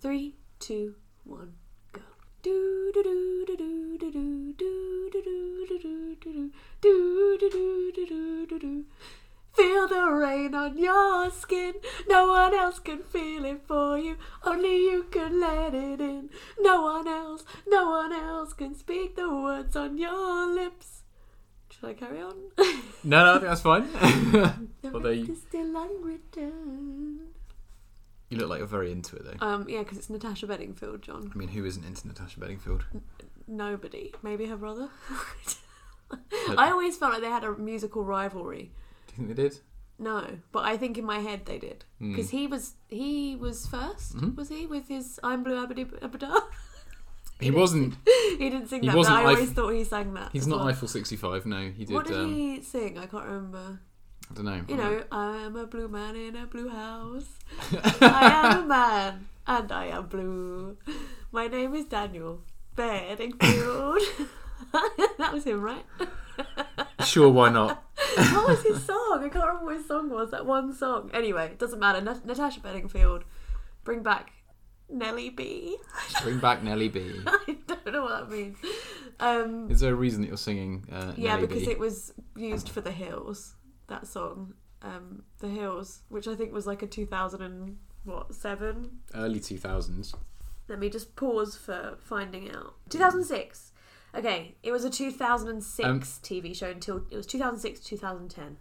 Three, two, one, go. Do do do do do do do do do do do do do do do do do do do do. Feel the rain on your skin. No one else can feel it for you. Only you can let it in. No one else, no one else can speak the words on your lips. Should I carry on? No, no, I think that's fine. the Well, there rest you- is still unwritten. you look like you're very into it, though. Um, yeah, because it's Natasha Bedingfield, John. I mean, who isn't into Natasha Bedingfield? Nobody. Maybe her brother. I always felt like they had a musical rivalry. Do you think they did? Hmm. No, but I think in my head they did because he was he was 1st Mm-hmm. was he with his "I'm Blue Abadi Abada"? He wasn't. he didn't sing He that. But wasn't I Eif- always thought he sang that. He's as not well. Eiffel 65. No, he did. What did um, uh-huh. he sing? I can't remember. I don't know. You know, I'm a blue man in a blue house. I am a man and I am blue. My name is Daniel Bedingfield. that was him, right? Sure, why not? what was his song? I can't remember what his song was. That one song. Anyway, it doesn't matter. Nat- Natasha Bedingfield, bring back Nelly B. Bring back Nelly B. I don't know what that means. Um, Is there a reason that you're singing uh, yeah, Nelly because B? it was used for The Hills. That song, um, The Hills, which I think was like a two thousand and what seven. Early 2000s. Let me just pause for finding out. Two thousand six. Okay, it was a 2006 Um, TV show until it was 2006 2010.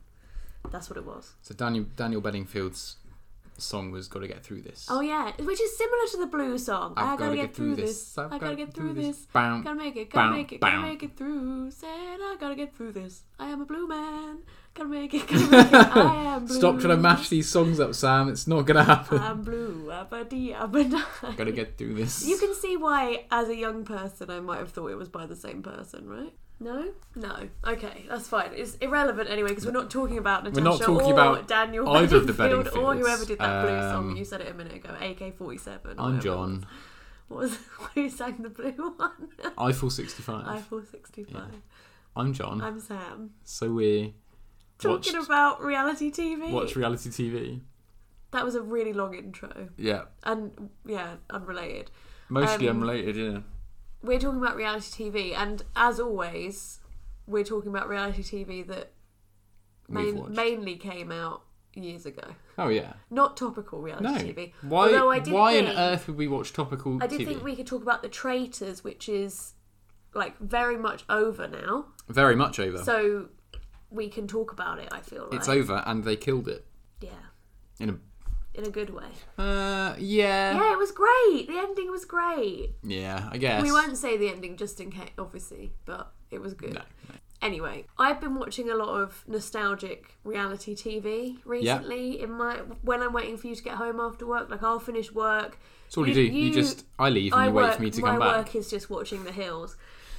That's what it was. So Daniel Daniel Bedingfield's song was "Got to Get Through This." Oh yeah, which is similar to the blue song. I've I gotta gotta get through this. I've I gotta get through this. Bam. Gotta make it. Gotta Bow, make it. Gotta bow. make it through. Said I gotta get through this. I am a blue man. Gotta make it. Gotta make it. I am blue. Stop trying to mash these songs up, Sam. It's not gonna happen. I'm blue. Abadi abada. Gotta get through this. Um, You can see why, as a young person, I might have thought it was by the same person, right? No, no. Okay, that's fine. It's irrelevant anyway because we're not talking about Natasha We're not talking or about Daniel either of the Bedingfield or Bedingfields. whoever did that blue Um, song. You said it a minute ago. AK forty seven. I'm John. What was who sang the blue one? Eiffel 65. I four sixty five. I'm John. I'm Sam. So we Talking Mm. watched, about reality TV. watch reality TV. that was a really long intro Yeah, and yeah, unrelated. mostly Um, unrelated. Yeah. We're talking about reality TV, and as always, we're talking about reality TV that We've main, watched. mainly came out years ago. Oh yeah. Not topical No. reality TV. Why? Although I did why think, on earth would we watch topical I did TV? think we could talk about the traitors, which is like very much over now. Very much over. So we can talk about it. I feel like Oh. it's over, and they killed it. yeah. In in a good way. a. Uh, yeah. Yeah, it was great. The ending was great. Yeah. I guess. We won't say the ending just in case, obviously, but it was good. No. Anyway, I've been watching a lot of nostalgic reality TV recently. In my when I'm waiting for you to get home after work, like I'll finish work. That's all you, do. You, just I leave and I you work, wait for me to come my back. work is just watching The Hills.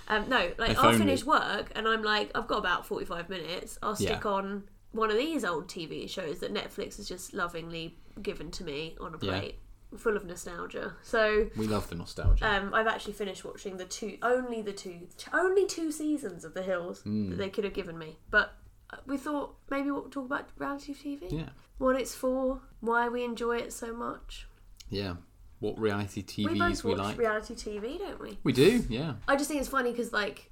Um, no, like If I'll only. finish work and I'm like, I've got about 45 minutes. I'll stick Yeah. on one of these old TV shows that Netflix has just lovingly given to me on a Yeah. plate, full of nostalgia. So We love the nostalgia. um, I've actually finished watching the two, only the two, only two seasons of The Hills Hmm. that they could have given me. But uh, we thought maybe we'll talk about reality TV, yeah. what it's for, why we enjoy it so much. Yeah. What reality TVs we we, both watch like. reality TV, don't we? we do. Yeah. I just think it's funny because like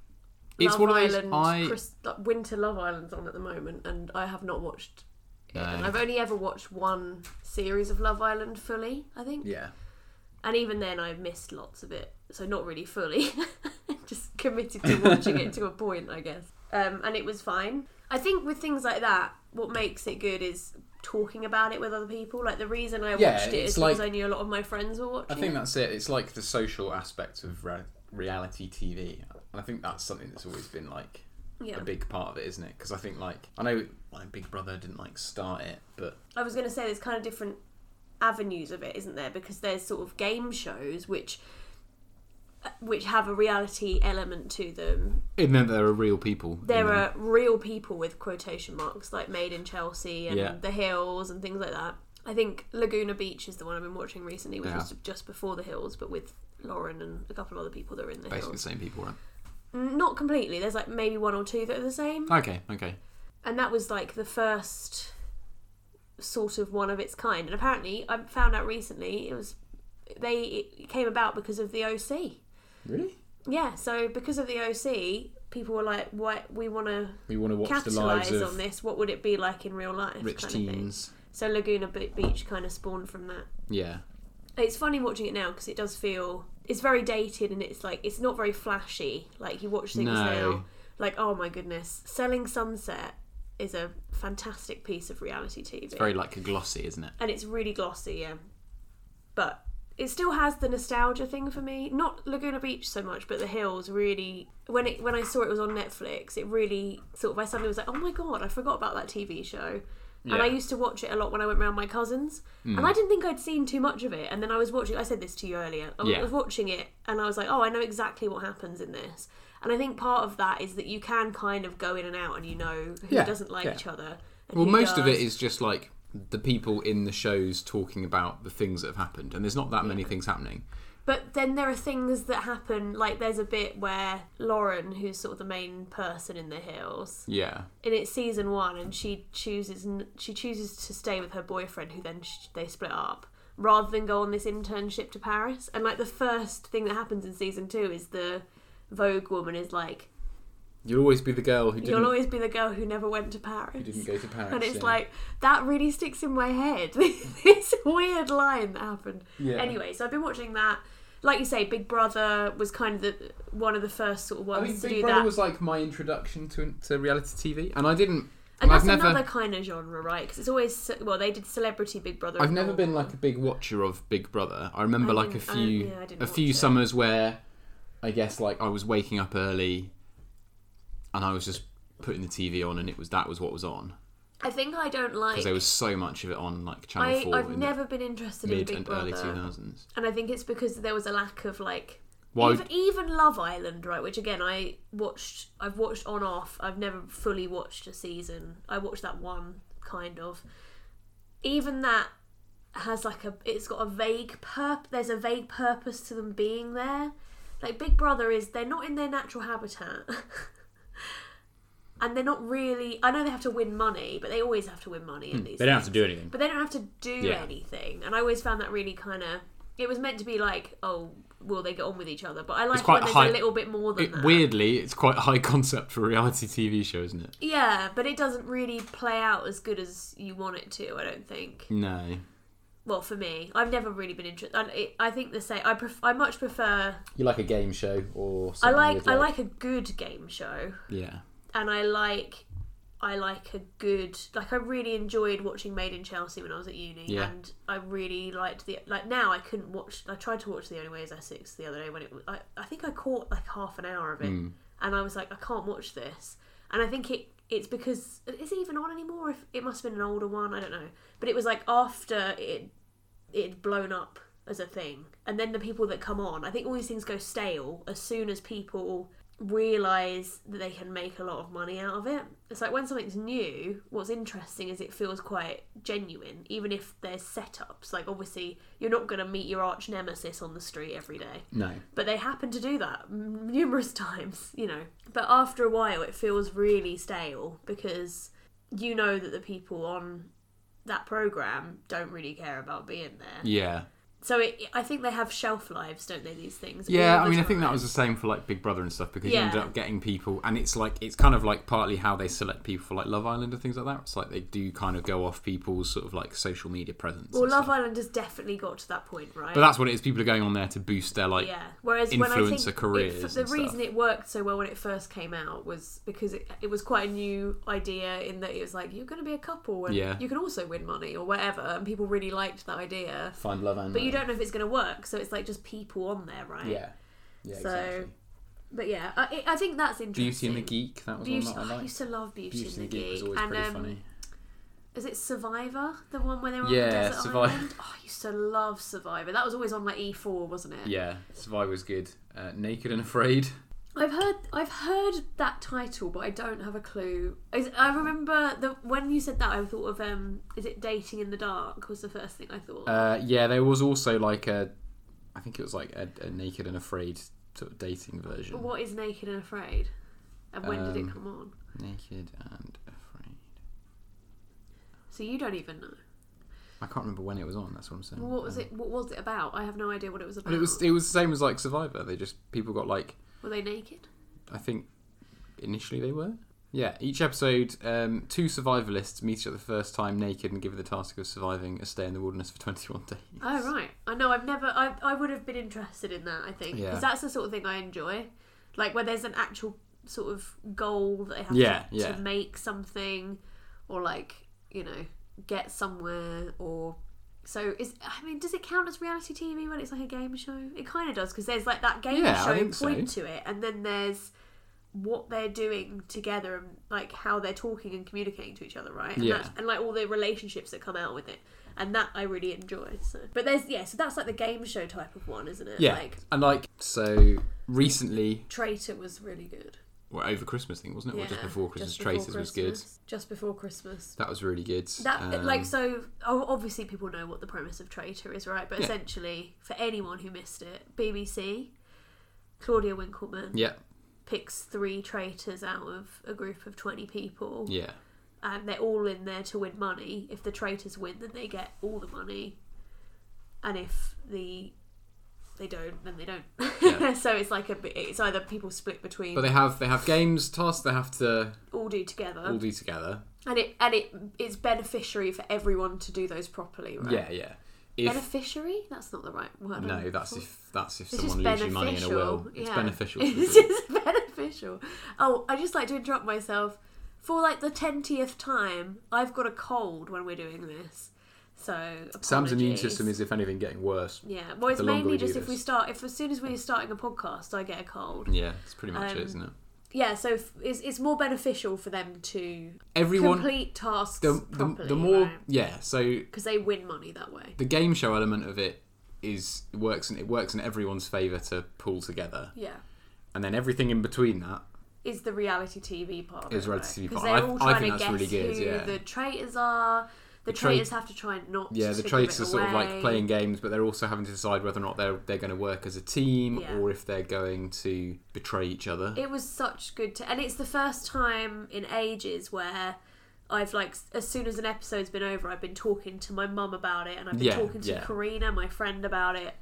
It's Love one of those. Island, I Chris, like, Winter Love Island's on at the moment, and I have not watched. it. No. And I've only ever watched one series of Love Island fully, I think, yeah. and even then I've missed lots of it, so not really fully. Just committed to watching it to a point, I guess. Um, and it was fine. I think with things like that, what makes it good is talking about it with other people. Like the reason I Yeah, watched it it's is like- because I knew a lot of my friends were watching. I think that's it. It's like the social aspect of re- reality TV, and I think that's something that's always been like it. yeah. a big part of it, isn't it? Because I think like I know like Big Brother didn't like start it, but I was going to say there's kind of different avenues of it, isn't there? Because there's sort of game shows which which have a reality element to them. and then there are real people. in There them. are real people with quotation marks like Made in Chelsea and Yeah. The Hills and things like that. I think Laguna Beach is the one I've been watching recently, which Yeah. was just before The Hills, but with Lauren and a couple other people that are in The basically the Hills. same people, right? Not completely. There's like maybe one or two that are the same Okay, okay. and that was like the first sort of one of its kind and apparently i found out recently it was they it came about because of the OC. Really? Yeah, so because of the OC, people were like, "What we want to We want to watch the lives capitalize on of this. What would it be like in real life?" rich kind of thing. teens. So Laguna Be- Beach kind of spawned from that. Yeah. It's funny watching it now because it does feel it's very dated and it's like it's not very flashy. Like you watch things No. now, like oh my goodness, Selling Sunset is a fantastic piece of reality TV, Very like a glossy, isn't it? and it's really glossy, yeah. But it still has the nostalgia thing for me. Not Laguna Beach so much, but the hills really. When it when I saw it was on Netflix, it really sort of I suddenly was like, oh my god, I forgot about that TV show. And I Yeah. Hmm. used to watch it a lot when I went round my cousins, and I didn't think I'd seen too much of it. And then I was watching. I said this to you earlier. I Yeah. was watching it, and I was like, "Oh, I know exactly what happens in this." And I think part of that is that you can kind of go in and out, and you know who Yeah, doesn't like yeah. each other. and Well, who most of does. it is just like the people in the shows talking about the things that have happened, and there's not that many things happening. But then there are things that happen, like there's a bit where Lauren, who's sort of the main person in the hills, Yeah. and it's season one, and she chooses n- she chooses to stay with her boyfriend, who then sh- they split up, rather than go on this internship to Paris. And like the first thing that happens in season two is the Vogue woman is like, You'll always be the girl who didn't, "You'll always be the girl who never went to Paris." who didn't go to Paris. and it's yeah. like that really sticks in my head. this weird line that happened. Yeah. Anyway, so I've been watching that. Like you say, Big Brother was kind of the one of the first sort of I ones mean, to Big do Brother that. was like my introduction to, to reality TV, and I didn't. and I've that's never, another kind of genre, right? Because it's always ce- well, they did Celebrity Big Brother. I've and never all. been like a big watcher of Big Brother. I remember I like a didn't- I- few, yeah, I didn't a watch few it. summers where, I guess like I was waking up early, and I was just putting the TV on, and it was that was what was on I think I don't like. because there was so much of it on like Channel I, Four I've in never been interested the in mid Big and Brother, early two thousands. and I think it's because there was a lack of like. Why- Even, even Love Island, right? Which again, I watched. I've watched on off. I've never fully watched a season. I watched that one kind of. Even that has like a. It's got a vague purp. There's a vague purpose to them being there. Like Big Brother is. They're not in their natural habitat. And they're not really. I know they have to win money, but they always have to win money in these. They don't have to things. do anything. But they don't have to do Yeah. anything. And I always found that really kind of. It was meant to be like, oh, will they get on with each other? But I like it quite when there's high- a little bit more than It, that. weirdly, it's quite a high concept for a reality TV show, isn't it? Yeah, but it doesn't really play out as good as you want it to. I don't think. No, Well, for me, I've never really been interested. I, I think the same. I pref- I much prefer. you like a game show or I something like with, I like a good game show. yeah. and I like I like a good like I really enjoyed watching Made in Chelsea when I was at uni Yeah. and I really liked the like now I couldn't watch I tried to watch The Only Way is Essex the other day when it I, I think I caught like half an hour of it and I was like I can't watch this and I think it it's because is it even on anymore if it must have been an older one I don't know but it was like after it it had blown up as a thing and then the people that come on I think all these things go stale as soon as people realize that they can make a lot of money out of it. It's like when something's new, what's interesting is it feels quite genuine, even if there's setups. Like obviously, you're not going to meet your arch nemesis on the street every day, No, but they happen to do that m- numerous times, you know. But after a while, it feels really stale because you know that the people on that program don't really care about being there. yeah. So it, I think they have shelf lives, don't they? These things. Yeah, all I the mean, I think that time. was the same for like Big Brother and stuff because you Yeah. ended up getting people, and it's like it's kind of like partly how they select people for like Love Island and things like that. It's like they do kind of go off people's sort of like social media presence. Well, and Love stuff. Island has definitely got to that point, right? but that's what it is. People are going on there to boost their like. yeah. Whereas when I think influencer it- careers the and stuff. reason it worked so well when it first came out was because it, it was quite a new idea in that it was like you're going to be a couple and Yeah. you can also win money or whatever, and people really liked that idea. Find love and But you don't know if it's going to work, so it's like just people on there, right? yeah, So, exactly. But yeah, I, I think that's interesting. Beauty and the Geek. That was Beauty, one that oh, I I liked. used to love Beauty, Beauty and the Geek. was always and pretty um, funny. is it Survivor? The one where they were on Yeah, the desert Survivor. island? Oh, I used to love Survivor. That was always on like E4, wasn't it? Yeah, Survivor was good. Uh, Naked and Afraid. I've heard I've heard that title, but I don't have a clue. Is, I remember the when you said that, I thought of um, is it Dating in the Dark? Was the first thing I thought. Uh, yeah, there was also like a, I think it was like a, a Naked and Afraid sort of dating version. what is Naked and Afraid? And when did it um, come on? Naked and Afraid. So you don't even know. I can't remember when it was on. That's what I'm saying. What was Um, it? What was it about? I have no idea what it was about. And it was it was the same as like Survivor. They just people got like Were they naked? I think initially they were. Yeah, each episode, um, two survivalists meet each other the first time naked and given the task of surviving a stay in the wilderness for 21 days. Oh right. I know. I've never. I I would have been interested in that. I think because Yeah. that's the sort of thing I enjoy, like where there's an actual sort of goal that they have Yeah, to, yeah. to make something, or like you know get somewhere or. So is I mean, does it count as reality TV when it's like a game show? It kind of does because there's like that game Yeah, I show think so. point to it, and then there's what they're doing together and like how they're talking and communicating to each other, right? And, Yeah. that's- and like all the relationships that come out with it, and that I really enjoy. So, but there's yeah, so that's like the game show type of one, isn't it? Yeah, Like and like so recently, Traitor was really good. well, over Christmas thing wasn't it, or just Yeah, before Christmas? just before Traitors was good. Christmas. Just before Christmas. That was really good. That Um, like so o- obviously people know what the premise of Traitor is, right? But Yeah. essentially, for anyone who missed it, BBC, Claudia Winkleman yeah, picks three traitors out of a group of twenty people. yeah, and they're all in there to win money. If the traitors win, then they get all the money, and if the they don't, then they don't. Yeah. so it's like a bit- it's either people split between but they have they have games tasks they have to all do together, all do together. and it and it it's beneficiary for everyone to do those properly, right? Yeah, yeah. If beneficiary? That's not the right word. I'm no, looking that's for. if that's if It's just someone leaves you money in a will. beneficial. It's yeah. beneficial. To the It's group. just beneficial. Oh, I just like to interrupt myself. For like the twentieth time, I've got a cold when we're doing this. So Sam's immune apologies. system is, if anything, getting worse. yeah. Well, it's the longer mainly we do just if we this. start. If as soon as we're starting a podcast, I get a cold. Yeah, it's pretty much Um, it, isn't it? Yeah. So if, it's it's more beneficial for them to Everyone, complete tasks the, the, properly. the more, yeah. So because they win money that way. the game show element of it is it works and it works in everyone's favour to pull together, Yeah. and then everything in between that. is the reality TV part. Of Is it, reality right? TV 'Cause part. They're all I- I trying think to that's guess really good, Who yeah. the traitors are. The, tra- traitors have to try and not. Yeah, to the give traitors it are sort of like away. playing games, but they're also having to decide whether or not they're they're going to work as a team Yeah. or if they're going to betray each other. It was such good, to, and it's the first time in ages where. I've like s- as soon as an episode's been over, I've been talking to my mum about it, and I've been Yeah, talking to yeah. Karina, my friend, about it,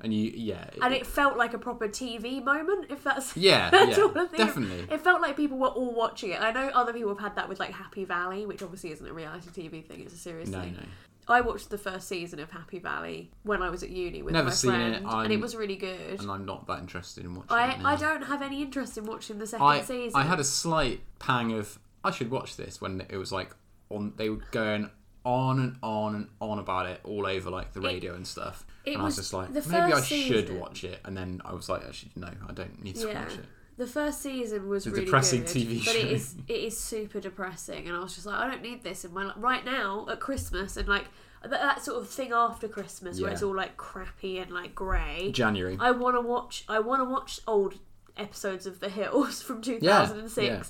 and you, yeah, and it felt like a proper TV moment. If that's yeah, that's yeah, all I think. definitely. It felt like people were all watching it. I know other people have had that with like Happy Valley, which obviously isn't a reality TV thing; it's a serious No, thing. no. I watched the first season of Happy Valley when I was at uni with Never my seen friend, it. I'm- and it was really good. And I'm not that interested in watching I, it now. I don't have any interest in watching the second I, season. I had a slight pang of I should watch this when it was like on they were going on and on and on about it all over like the radio and stuff. it and I was was just like the maybe I first should season. watch it and then I was like actually no, I don't need to yeah. watch it. The first season was a really depressing good, TV but show. it is it is super depressing, and I was just like, I don't need this in my life right now at Christmas, and like th- that sort of thing after Christmas where Yeah. it's all like crappy and like grey. January. I want to watch. I want to watch old episodes of The Hills from 2006, yeah.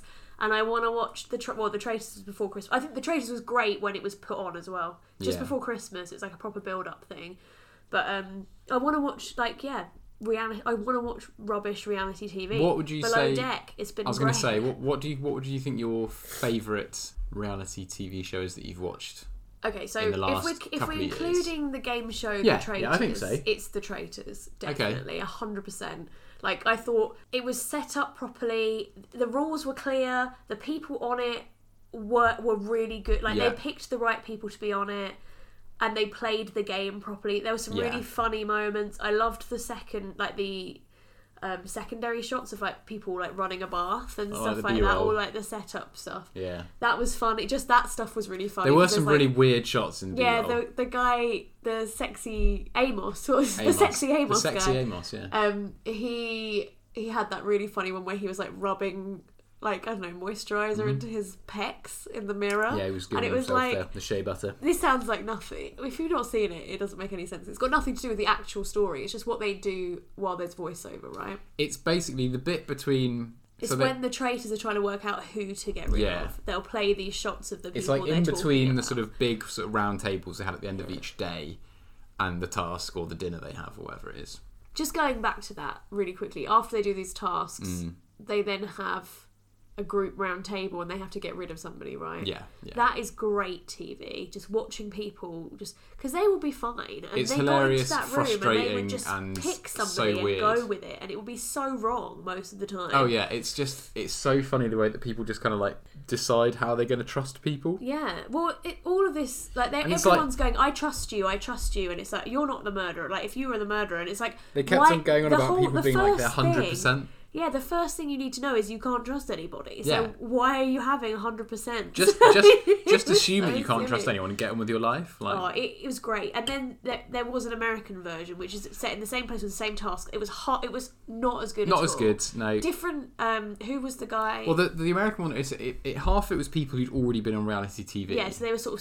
and I want to watch the tra- well, The Traitors was before Christmas. I think The Traitors was great when it was put on as well, just Yeah. before Christmas. It's like a proper build-up thing, but um, I want to watch like yeah. Reality, I want to watch rubbish reality TV. What would you Below say- Deck, it's been. I was going to great. say what, what do you what would you think your favorite reality TV show is that you've watched? Okay, so in the last if we're if couple we're of years. including the game show Yeah, The Traitors, yeah, I think so. it's the Traitors, definitely, a hundred percent. Like I thought, it was set up properly. The rules were clear. The people on it were were really good. Like Yeah. they picked the right people to be on it, and they played the game properly. There were some Yeah. really funny moments. I loved the second, like the um, secondary shots of like people like running a bath and Oh, stuff the like that, B-roll. or like the setup stuff. Yeah. That was funny. Just that stuff was really funny. There were because some there's, like, really weird shots in the yeah, B-roll. the the guy, the sexy Amos, or the Amos. sexy Amos The sexy guy. Amos, yeah. um, he he had that really funny one where he was like rubbing, like I don't know, moisturizer into his pecs in the mirror. Mm-hmm. yeah, he was and giving it was himself like the, the shea butter. this sounds like nothing. If you've not seen it, it doesn't make any sense. It's got nothing to do with the actual story. It's just what they do while there's voiceover, right? It's basically the bit between It's so they- when the traitors are trying to work out who to get rid Yeah. of. They'll play these shots of the people. It's like they're in talking between the about. sort of big sort of round tables they had at the end of each day and the task or the dinner they have or whatever it is. Mm. just going back to that really quickly after they do these tasks they then have a group round table and they have to get rid of somebody, right? Yeah, yeah. That is great TV. Just watching people, just because they will be fine. And It's they hilarious, go into that room and they frustrating, would just and pick so somebody and weird. go with it, and it will be so wrong most of the time. Oh yeah, it's just it's so funny the way that people just kind of like decide how they're going to trust people. Yeah, well, it, all of this, like, they're- And it's like- everyone's going, I trust you, I trust you, and it's like, you're not the murderer. Like, if you were the murderer, and it's like, They kept why- on going on the about whole- people the being like they're first thing- hundred percent. Yeah, the first thing you need to know is you can't trust anybody. So Yeah. why are you having 100%? Just just just It's assume so that you can't trust silly. anyone and get on with your life. Like Oh, it, it was great. And then there, there was an American version, which is set in the same place with the same task. It was hot. It was not as good. not at as all. good. No. Different. Um, who was the guy? well, the, the American one is it, it half it was people who'd already been on reality TV. yeah, so they were sort of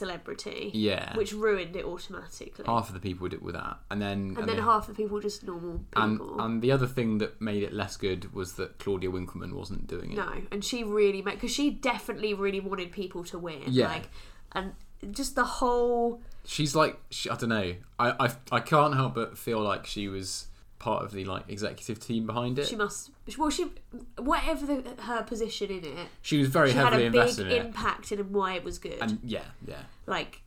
semi-celebrity, Yeah. which ruined it automatically. half of the people did it with that, and then and then the- half the people just normal and, people. and the other thing that made it less good was that Claudia Winkleman wasn't doing it. no, and she really made because she definitely really wanted people to win. Yeah. like and just the whole She's like she, I don't know. I, I I can't help but feel like she was part of the like executive team behind it. she must well she whatever the, her position in it She was very she had heavily a big invested in it. impact in why it was good And yeah, yeah. like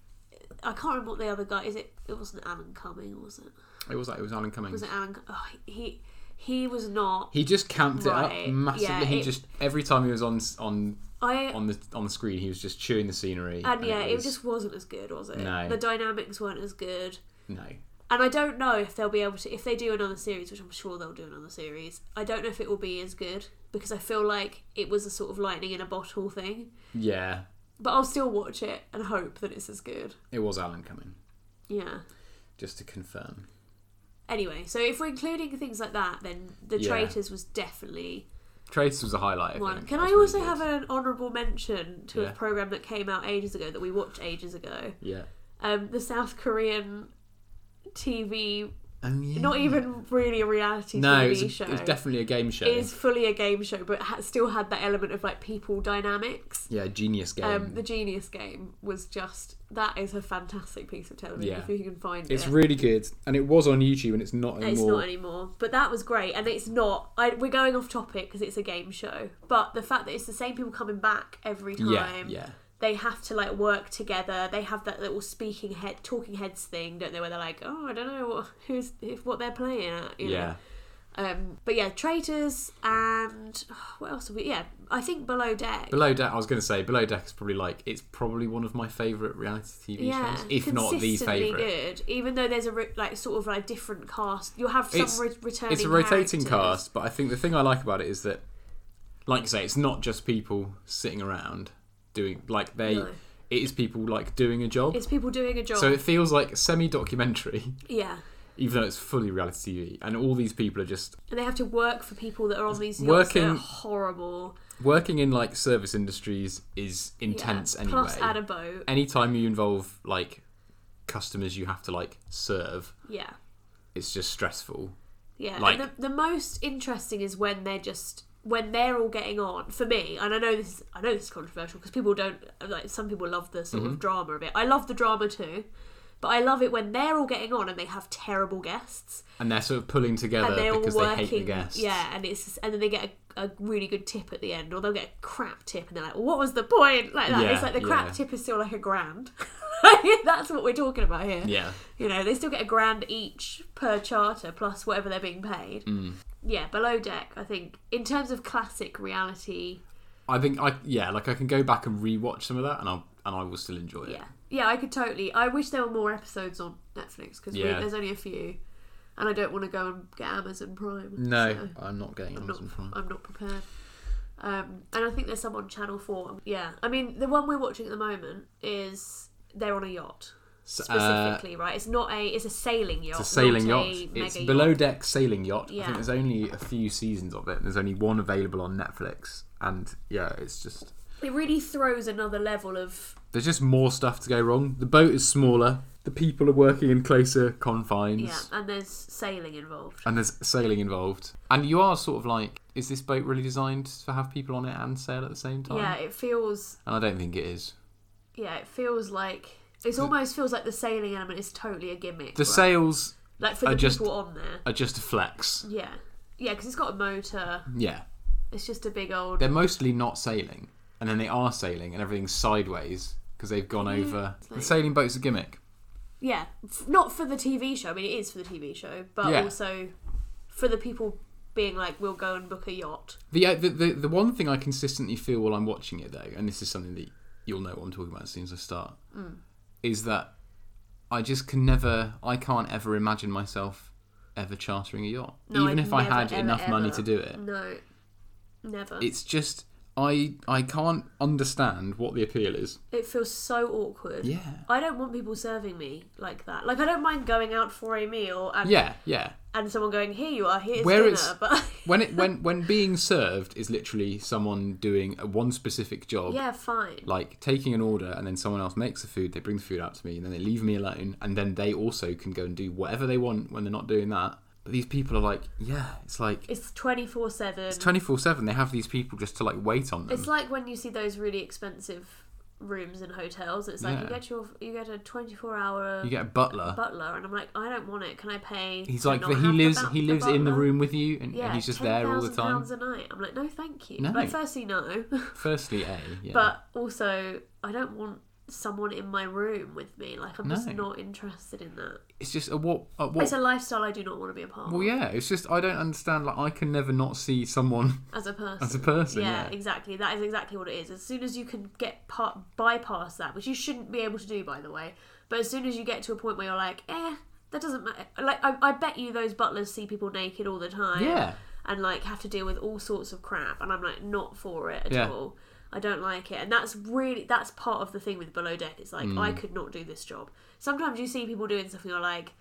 I can't remember what the other guy is. It it wasn't Alan Cumming, was it? It was like it was Alan Cummings. Was it Alan? Oh, he he was not. He just camped it Right, up massively. yeah, he it- just every time he was on s- on I on the on the screen, he was just chewing the scenery. and yeah, it, just wasn't as good, was it? No. The dynamics weren't as good. no. And I don't know if they'll be able to if they do another series, which I'm sure they'll do another series. I don't know if it will be as good because I feel like it was a sort of lightning in a bottle thing. Yeah, But I'll still watch it and hope that it's as good. it was Alan Cumming. Yeah. Just to confirm. Anyway, so if we're including things like that, then The Yeah. Traitors was definitely Trace was a highlight. I one. think. Can That I was really also good. have an honourable mention to Yeah. a program that came out ages ago that we watched ages ago? Yeah. Um, the South Korean TV, Oh yeah. not even really a reality No, TV it was, a- show. it was definitely a game show. It is fully a game show, but ha- still had that element of like people dynamics. Yeah, genius game. Um, the Genius Game was just that is a fantastic piece of television Yeah. if you can find it's it. really good, and it was on YouTube, and it's not anymore. It's not anymore, but that was great, and it's not. I, we're going off topic because it's a game show, but the fact that it's the same people coming back every time, yeah, yeah, they have to like work together. They have that little speaking head, talking heads thing, don't they? Where they're like, oh, I don't know what, who's if what they're playing at. You yeah. Know? Um. But yeah, traitors and oh, what else? Have we? Yeah, I think below deck. Below Deck, I was going to say, Below Deck is probably like it's probably one of my favourite reality TV yeah, shows, if not the consistently favourite. good. Even though there's a re- like sort of like different cast, you'll have some It's- re- returning. It's a rotating characters. cast, but I think the thing I like about it is that, like you say, it's not just people sitting around doing like they. No. It is people like doing a job. It's people doing a job. so it feels like semi-documentary, yeah, even though it's fully reality TV, and all these people are just and they have to work for people that are on these yachts that Working- are horrible. working in like service industries is Yeah. intense anyway. Plus, add a boat. Anytime you involve like customers, you have to like serve. Yeah. It's just stressful. Yeah, Like- and the, the most interesting is when they're just when they're all getting on. For me, and I know this is, I know this is controversial because people don't like some people love the sort Mm-hmm. of drama of it. I love the drama too, but I love it when they're all getting on and they have terrible guests and they're sort of pulling together and they're because all they working. hate the guests. Yeah, and it's and then they get a, a really good tip at the end, or they'll get a crap tip, and they're like, well, "What was the point?" Like that. Yeah, it's like the crap yeah. tip is still like a grand. That's what we're talking about here. yeah, You know, they still get a grand each per charter plus whatever they're being paid. Mm. Yeah, below deck, I think, in terms of classic reality, I think I yeah, like I can go back and rewatch some of that, and I will and I will still enjoy it. yeah. Yeah, I could totally. I wish there were more episodes on Netflix because Yeah. there's only a few. And I don't want to go and get Amazon Prime. No, so I'm not getting I'm, Amazon not, Prime. I'm not prepared. Um, and I think there's some on Channel 4. Yeah. I mean, the one we're watching at the moment is they're on a yacht. So, uh, Specifically, right? It's not a. It's a sailing yacht. it's a sailing not yacht. a It's mega below deck sailing yacht. I Yeah. think there's only a few seasons of it. There's only one available on Netflix, and yeah, it's just It really throws another level of there's just more stuff to go wrong. The boat is smaller. The people are working in closer confines. yeah, and there's sailing involved. And there's sailing involved. And you are sort of like, is this boat really designed to have people on it and sail at the same time? Yeah, it feels And I don't think it is. yeah, it feels like it almost feels like the sailing element is totally a gimmick. The right? sails like for the are just- people on there. are just a flex. Yeah, yeah, because it's got a motor. Yeah. It's just a big old. They're mostly not sailing, and then they are sailing, and everything's sideways because they've gone Yeah, over. Mm-hmm. it's The like- sailing boat's a gimmick. Yeah, f- not for the TV show. I mean, it is for the TV show, but Yeah. also for the people being like, we'll go and book a yacht. The, uh, the the the one thing I consistently feel while I'm watching it though, and this is something that you'll know what I'm talking about as soon as I start, Mm. is that I just can never, I can't ever imagine myself ever chartering a yacht, No, even I'd if I never, had ever, enough money ever. Mm. to do it. No, never. It's just I I can't understand what the appeal is. It feels so awkward. Yeah. I don't want people serving me like that. Like I don't mind going out for a meal and Yeah, yeah. and someone going, "Here you are, here's Where dinner." it's- But When it when when being served is literally someone doing a one specific job. yeah, fine. Like taking an order and then someone else makes the food, they bring the food out to me and then they leave me alone and then they also can go and do whatever they want when they're not doing that. But these people are like, yeah, it's like It's twenty four seven. it's 24/7 they have these people just to like wait on them. It's like when you see those really expensive rooms in hotels. It's like you Yeah. get your you get a twenty four hour You get a butler. butler, and I'm like, I don't want it. Can I pay? He's to like not the, he have lives bu- he lives in the butler? room with you and, and Yeah, he's just there all the £10,000 time. Pounds a night. I'm like, no, thank you. No. Like, firstly, no. Firstly, A, yeah. But also, I don't want someone in my room with me. Like, I'm just No. not interested in that. it's just at what at what It's a lifestyle I do not want to be a part Well, of yeah, it's just I don't understand. Like, I can never not see someone as a person. as a person. yeah, Yeah, exactly. That is exactly what it is. As soon as you can get part bypass that, which you shouldn't be able to do, by the way. But as soon as you get to a point where you're like, eh, that doesn't matter. Like, I, I bet you those butlers see people naked all the time. yeah. and like have to deal with all sorts of crap and I'm like not for it at Yeah. all. I don't like it. And that's really that's part of the thing with below deck. It's like Mm. I could not do this job. Sometimes you see people doing stuff and you're like,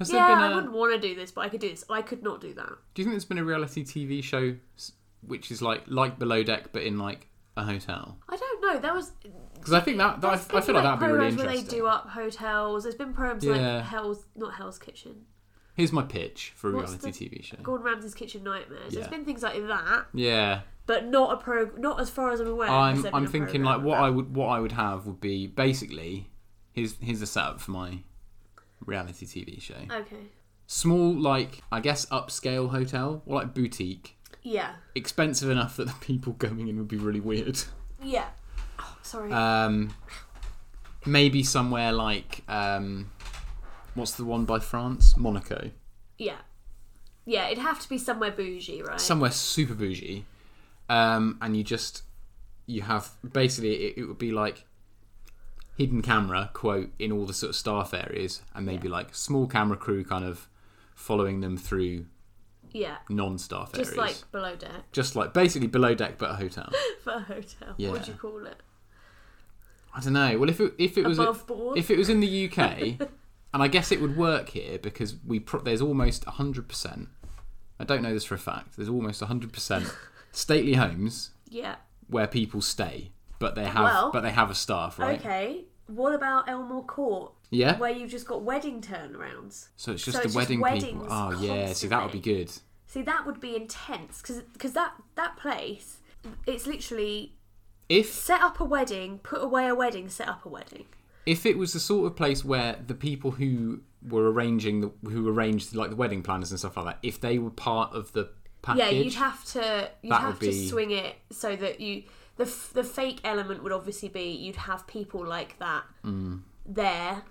Has Yeah, there been I a? wouldn't want to do this, but I could do this. I could not do that. Do you think there's been a reality TV show s- which is like like Below Deck but in like a hotel? I don't know. There was Because I think that, that I, there's I feel like been, that'd be really programs where they interesting. do up hotels. There's been programs Yeah. like Hell's not Hell's Kitchen. Here's my pitch for a What's reality the- TV show. Gordon Ramsay's Kitchen Nightmares. There's Yeah. been things like that, Yeah, but not a pro not as far as I'm aware. has I'm there been I'm a thinking programme like what of I would what I would have would be basically here's here's the setup for my reality TV show. that. Okay. Small like I guess upscale hotel or like boutique, Yeah. expensive enough that the people going in would be really weird. Yeah. Oh, sorry. Um, maybe somewhere like um, what's the one by France? Monaco. Yeah. Yeah, it'd have to be somewhere bougie, right? Somewhere super bougie, um, and you just you have basically it, it would be like hidden camera quote in all the sort of staff areas, and maybe like small camera crew kind of following them through yeah. non-staff Just areas. like below deck just like basically below deck but a hotel. for a hotel. Yeah. What would you call it? I don't know. Well, if it if it was a- Above board? if it was in the UK, and I guess it would work here because we pro- there's almost 100%. I don't know this for a fact. There's almost 100% stately homes yeah. where people stay, but they have Well, but they have a staff, right? Okay. What about Elmore Court, Yeah. where you've just got wedding turnarounds? So it's just so the it's just wedding people. weddings Oh yeah, see that would be good. See, that would be intense because that, that place, it's literally If set up a wedding, put away a wedding, set up a wedding. if it was the sort of place where the people who were arranging the who arranged like the wedding planners and stuff like that, if they were part of the package, Yeah, you'd have to you'd That have would to be- swing it so that you the f- the fake element would obviously be you'd have people like that Mm. there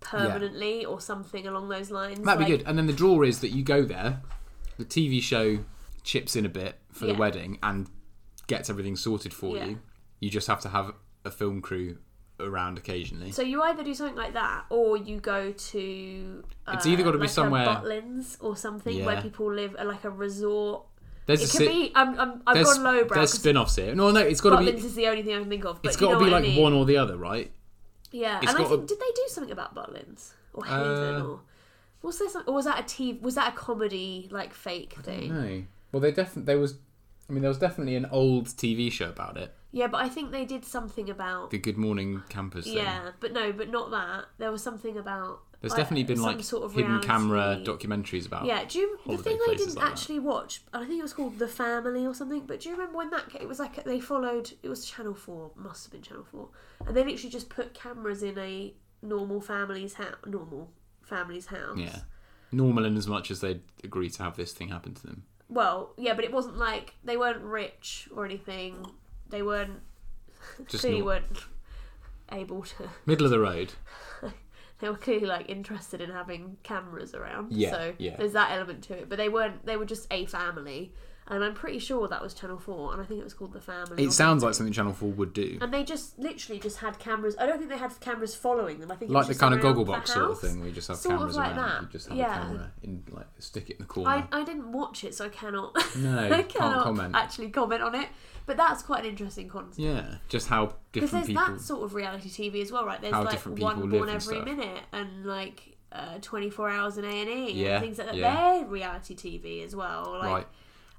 permanently or something along those lines. That'd be like- good. And then the draw is that you go there, the TV show chips in a bit for Yeah. the wedding and gets everything sorted for Yeah. you. You just have to have a film crew around occasionally. So you either do something like that, or you go to uh, It's either gotta be like a somewhere- Butlins or something where Yeah. people live uh, like a resort. It There's a could si- be. I'm, I'm, I've there's, gone lowbrow. there's 'cause spin-offs here. No, no, it's got to Butlins be is the only thing I can think of. But it's you got to know be what I like mean. one or the other, right? Yeah, It's and I got a- think did they do something about Butlins or Haven Uh, or was there some, or was that a TV was that a comedy like fake thing? No. Well, they definitely there was I mean there was definitely an old TV show about it. Yeah, but I think they did something about The Good Morning Campers thing. yeah, but no, but not that. There was something about There's I- definitely been some like sort of hidden camera reality. documentaries about Yeah, do you the holiday thing I places didn't like that. actually watch? I think it was called The Family or something. But do you remember when that ca- it was like they followed? It was Channel Four, must have been Channel Four, and they literally just put cameras in a normal family's house, normal family's house. Yeah. Normal in as much as they'd agree to have this thing happen to them. Well, yeah, but it wasn't like they weren't rich or anything. They weren't. Just clearly nor- weren't able to. Middle of the road. They were clearly like interested in having cameras around. Yeah, So yeah. there's that element to it. But they weren't. They were just a family, and I'm pretty sure that was Channel Four, and I think it was called The Family. or It sounds like something Channel Four would do, And they just literally just had cameras. I don't think they had cameras following them. I think it was like the just kind of around goggle the box sort of house. thing, where you just have Sort of cameras like around. that. You just have Yeah. a camera in, like, stick it in the corner. I, I didn't watch it, so I cannot. No, I can't cannot comment. actually comment on it. But that's quite an interesting concept yeah, just how because different there's people. that sort of reality TV as well, right? There's How like different people one live born and every stuff. minute and like uh, 24 hours in A and E Yeah, and things like that. yeah. They're reality TV as well. Like, right.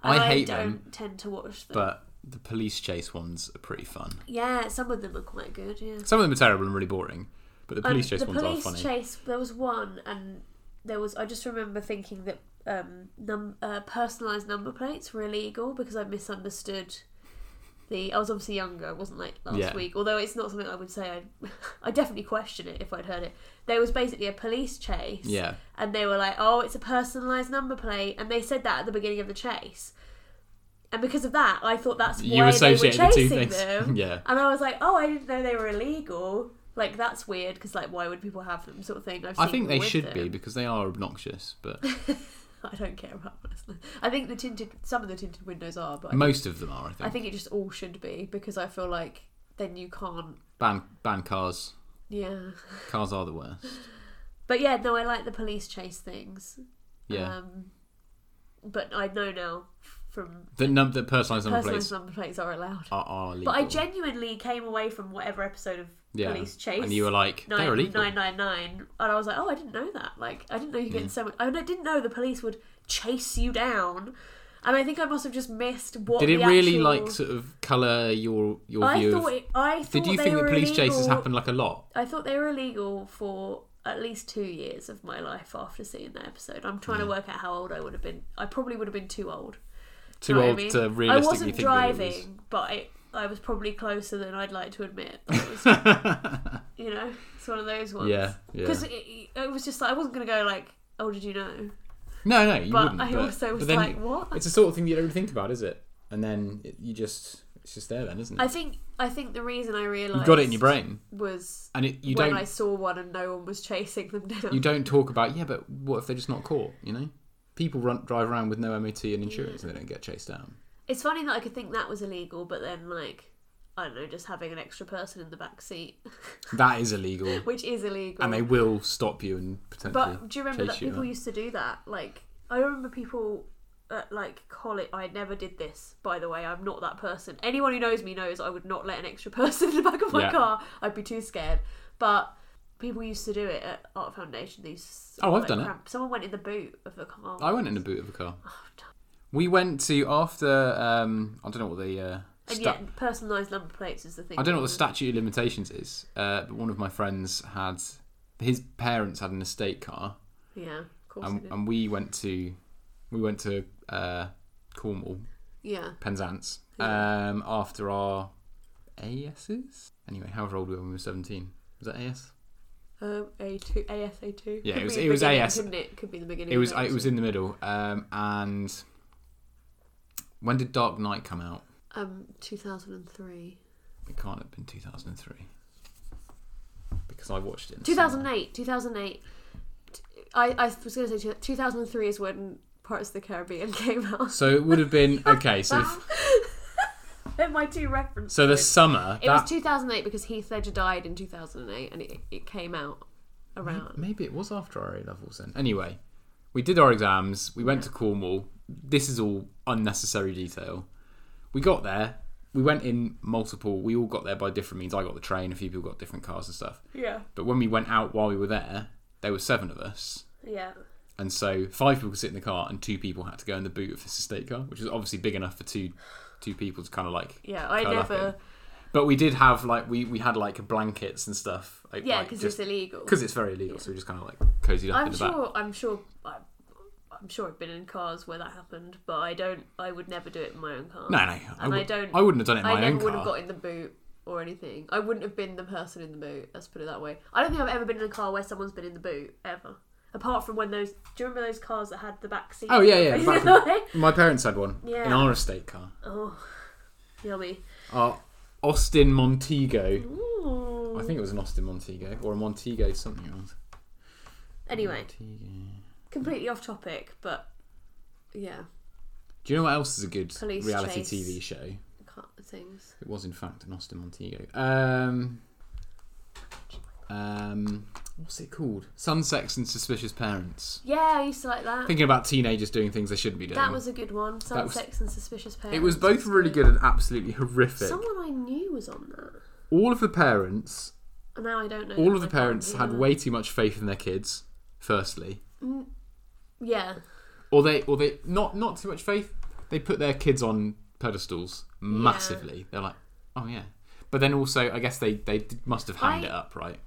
and I hate don't them, tend to watch them. but the police chase ones are pretty fun. yeah, some of them are quite good. Yeah. Some of them are terrible and really boring, but the police chase Um, the ones police are funny. chase there was one and there was i just remember thinking that um num- uh, personalized number plates were illegal because i misunderstood the i was obviously younger it wasn't like last Yeah. week although it's not something i would say i i definitely question it if i'd heard it there was basically a police chase yeah, and they were like, "Oh, it's a personalized number plate," and they said that at the beginning of the chase. And because of that, I thought that's You why they were associated the two chasing things. them. Yeah. And I was like, "Oh, I didn't know they were illegal. Like that's weird because like why would people have them sort of thing?" I've I seen think them they with should be them. because they are obnoxious, but I don't care about personal. I think the tinted some of the tinted windows are, but I- most of them are. I think. I think it just all should be because I feel like then you can't. ban ban cars. Yeah. Cars are the worst. But yeah, no, I like the police chase things. Yeah, Um, but I know now from the num the personalised number personalized plates number plates are allowed. are, are illegal. But I genuinely came away from whatever episode of yeah. Police Chase. and you were like, they're nine illegal. nine nine nine, and I was like, oh, I didn't know that. Like, I didn't know you could get Mm. in so much. I mean, I didn't know the police would chase you down, and I think I must have just missed what. Did it the really actual- like sort of colour your your I view? of... thought. It, I thought Did you they think the were police chases illegal- happened like a lot? I thought they were illegal for at least two years of my life after seeing that episode. I'm trying to work out how old I would have been. I probably would have been too old. Too know what old I mean? to realistically I wasn't think that it was. driving, but I, I was probably closer than I'd like to admit. that I was- you know, it's one of those ones. Yeah, yeah. Because it, it was just like I wasn't gonna go like, oh, did you know? No, no, you But wouldn't. I but, also was but then like, what? It's the sort of thing you don't really think about, is it? And then it, you just it's just there, then, isn't it? I think I think the reason I realized You've got it in your brain, was and it you when don't I saw one and no one was chasing them down. you don't talk about yeah, but what if they're just not caught? You know, people run drive around with no MOT and insurance, and they don't get chased down. It's funny that I could think that was illegal, but then like. I don't know, just having an extra person in the back seat, That is illegal, which is illegal. and they will stop you and potentially. But do you remember chase that you, people huh? used to do that? Like, I remember people at like college. I never did this, by the way. I'm not that person. Anyone who knows me knows I would not let an extra person in the back of my Yeah. car. I'd be too scared. But people used to do it at Art Foundation. These Oh, I've done it. Someone went in the boot of the car. Oh, I went in the boot of a car. We went to after um, I don't know what the uh, and sta- yet, personalised number plates is the thing. I don't know what the that- statute of limitations is, uh, but one of my friends had his parents had an estate car, Yeah, of course. and, it is. and we went to we went to uh, Cornwall, yeah, Penzance, um, after our ASs. Anyway, however old we were when we were seventeen. Was that AS? um, A two, ASA two. Yeah, it Could was- be the it was beginning, AS. Couldn't it? Could be the beginning. It was. Of It was in the middle. Um, and when did Dark Knight come out? um 2003. It can't have been two thousand and three because I watched it. in the summer. 2008 2008 I, I was going to say 2003 is when Parts of the Caribbean came out So it would have been okay. So if, They're my two references so the summer it that was 2008 because Heath Ledger died in 2008 and it, it came out around Maybe it was after our A levels then. Anyway, we did our exams. We went to Cornwall. This is all unnecessary detail. We got there. We went in multiple. We all got there by different means. I got the train. A few people got different cars and stuff. yeah But when we went out while we were there, there were seven of us, yeah and so five people could sit in the car, and two people had to go in the boot of this estate car, which is obviously big enough for two two people to kind of like. yeah I curl up never in. But we did have like we we had like blankets and stuff. Like, yeah like, because just- it's illegal because it's very illegal, so we just kind of like cozied up in I'm the back. sure I'm sure I'm, I'm sure I've been in cars where that happened but I don't I would never do it in my own car No, no, I, And would, I don't- I wouldn't have done it in I my never own would car. have got in the boot or anything. I wouldn't have been the person in the boot. Let's put it that way. I don't think I've ever been in a car where someone's been in the boot ever. Apart from when those, do you remember those cars that had the back seat? Oh, yeah, yeah, the back My parents had one Yeah. in our estate car. oh, yummy. Our Austin Montego. Ooh. I think it was an Austin Montego or a Montego something else. Anyway, Montego. completely off topic, but yeah, Do you know what else is a good Police reality chase. TV show? can't, things. It was in fact an Austin Montego. Um, um, what's it called? Sun, Sex, and Suspicious Parents. Yeah, I used to like that. Thinking about teenagers doing things they shouldn't be doing. that was a good one. Sun, That was- Sex, and Suspicious Parents. it was both really good and absolutely horrific. Someone I knew was on that. all of the parents, And now I don't know. all of I the can't parents had remember. way too much faith in their kids. Firstly, Yeah. or they, or they not not too much faith. They put their kids on pedestals massively. They're like, oh yeah. But then also, I guess they they d- must have hammed I- it up, right?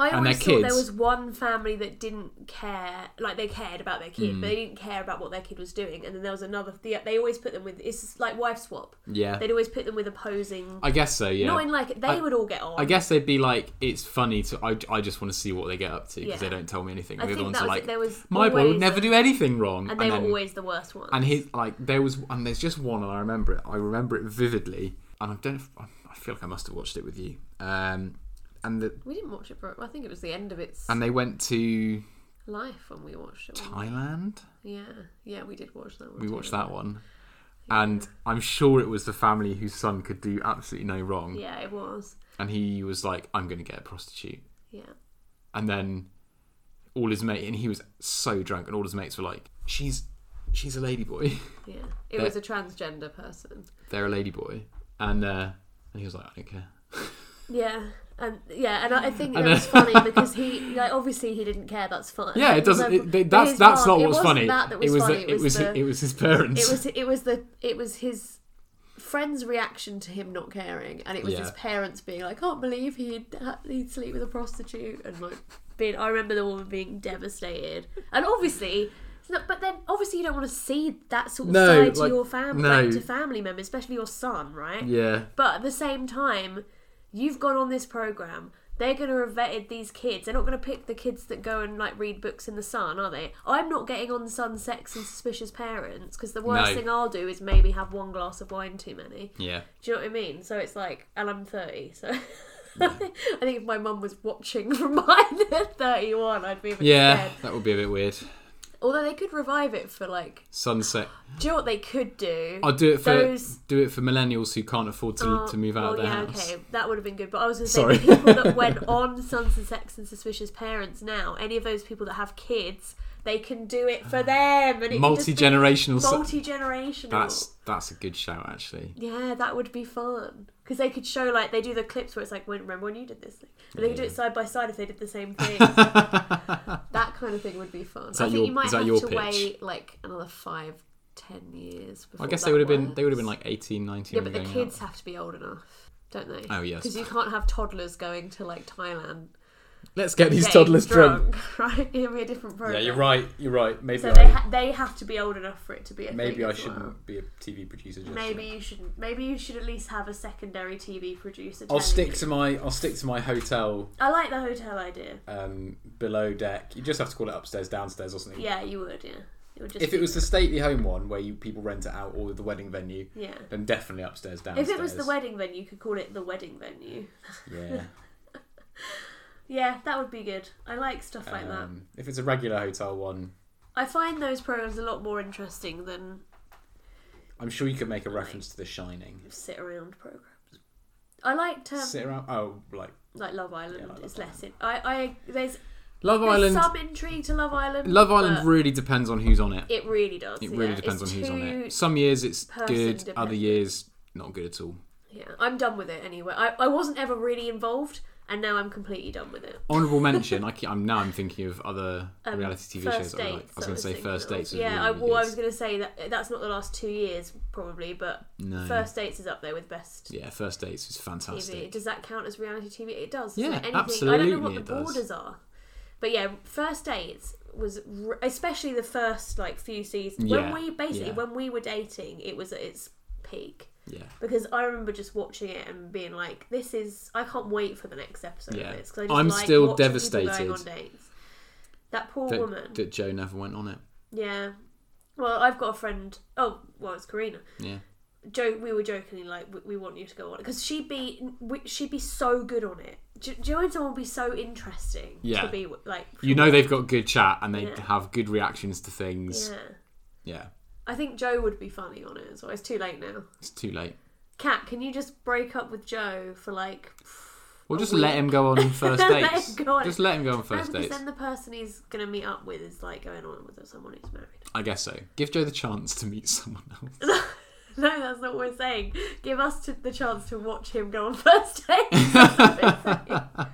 I And always their thought kids. there was one family that didn't care, like they cared about their Hmm. kid, but they didn't care about what their kid was doing. And then there was another. the- They always put them with. It's like wife swap. Yeah, They'd always put them with opposing. I guess so. Yeah, Not in like they I- would all get on. I guess they'd be like, it's funny to. I, I just want to see what they get up to because Yeah. they don't tell me anything. I the think other ones that are was it. like, There was my boy always- would never do anything wrong. and they then- were always the worst ones. and his like there was and there's just one and I remember it. I remember it vividly, and I don't. I feel like I must have watched it with you. Um, and the we didn't watch it for. I think it was the end of its and they went to life when we watched it. Thailand. Yeah, yeah, we did watch that. one We too. watched that one, and I'm sure it was the family whose son could do absolutely no wrong, Yeah, it was. and he was like, I'm going to get a prostitute. Yeah. and then all his mate and he was so drunk and all his mates were like she's she's a lady boy Yeah, it That- was a transgender person. they're a lady boy and uh and he was like i don't care Yeah, and yeah, and I I think And that's then- funny because he, like, obviously, he didn't care. That's fine. yeah it There's doesn't no- it, they- but that's his that's mum- not it what's wasn't funny That that was, it was funny. the, it was the, it was his parents it was it was the it was his friend's reaction to him not caring, and it was his Yeah. parents being like, "I can't believe he'd ha- he'd sleep with a prostitute," and like being. I remember the woman being devastated, and obviously. it's not- But then, obviously, you don't want to see that sort of No, side to like, your family, no. like, to family members, especially your son, right? yeah But at the same time, you've gone on this program. They're going to have vetted these kids. They're not going to pick the kids that go and like read books in the sun, are they? I'm not getting on Sun, Sex, and Suspicious Parents because the worst No. thing I'll do is maybe have one glass of wine too many. yeah Do you know what I mean? So it's like, and I'm 30, so. I think if my mum was watching from mine at 31, I'd be a bit yeah scared. that would be a bit weird Although they could revive it for like, sunset do you know what they could do? i'll do it for Those- do it for millennials who can't afford to, Oh, to move out of well, their yeah, house okay, that would have been good. But I was going to say, Sorry. the people that went on Sons and Sex and Suspicious Parents now, any of those people that have kids, they can do it for them. and Ah. multi-generational so- Multi generational. that's that's a good shout actually Yeah, that would be fun. Because they could show, like, they do the clips where it's like, when, remember when you did this thing? And they could do it side by side if they did the same thing. that kind of thing would be fun. that I think your- you might is that have your to pitch? wait, like, another five, ten years before i guess that they would have been works. they would have been like 18 19 Yeah, but when the going out. kids have to be old enough, don't they? Oh, yes. Because you can't have toddlers going to like Thailand. let's get these getting toddlers drunk. right? It'll be a different program. Yeah, you're right. You're right. Maybe So I, they ha- they have to be old enough for it to be. A maybe thing I as shouldn't well. be a TV producer. Just Maybe yet. you shouldn't. Maybe you should at least have a secondary TV producer. I'll telling stick you. to my I'll stick to my hotel I like the hotel idea. um, below deck. You just have to call it upstairs, downstairs, or something. Yeah, you would. Yeah, it would just. If it be- was the stately home one where you people rent it out or the wedding venue, Yeah. then definitely upstairs, If downstairs. it was the wedding venue, you could call it the wedding venue. yeah. Yeah, that would be good. I like stuff like that. Um, if it's a regular hotel one, I find those programs a lot more interesting than I'm sure you could make a reference to The Shining. sit around programs. I liked um, Sit around. Oh, like like Love Island. Yeah, like Love it's less. In, I, I there's, Love there's Island. some intrigue to Love Island. Love Island but really depends on who's on it. it really does. It really yeah. depends on It's who's on too- it. Some years it's good, other person-dependent. years not good at all. Yeah, I'm done with it anyway. I, I wasn't ever really involved, and now I'm completely done with it. honorable mention. I am now I'm thinking of other reality TV shows. Um, First That I, like. I dates. was going to say thinking first of. dates. was Yeah, really, I, really well, I good. was going to say that that's not the last two years probably, but No. first dates is up there with best. yeah, first dates is TV. fantastic. Does that count as reality TV? It does. Yeah, Like anything. I don't absolutely know what the it does. borders are, but yeah, first dates was r- especially the first like few seasons when Yeah, we basically yeah. when we were dating, it was at its peak Yeah, because I remember just watching it and being like, "This is I can't wait for the next episode Yeah. of this." Cause I just I'm like still watching people going devastated. on dates. That poor That, woman. that Joe never went on it. Yeah. Well, I've got a friend. Oh, well, it's Karina. Yeah. Joke. We were jokingly like, we, we want you to go on it because she'd be we, she'd be so good on it. Jo- Joanne someone would be so interesting Yeah. to be with, like. You know they've got good chat and they Yeah. have good reactions to things. Yeah. Yeah. I think Joe would be funny on it as well. It's too late now. It's too late. Kat, can you just break up with Joe for like? Well, just let him go on first Let dates. him go on. Just let him go on No, first because dates. then the person he's gonna meet up with is like going on with someone who's married. I guess so. Give Joe the chance to meet someone else. No, that's not what we're saying. Give us t- the chance to watch him go on first dates. That's what we're saying.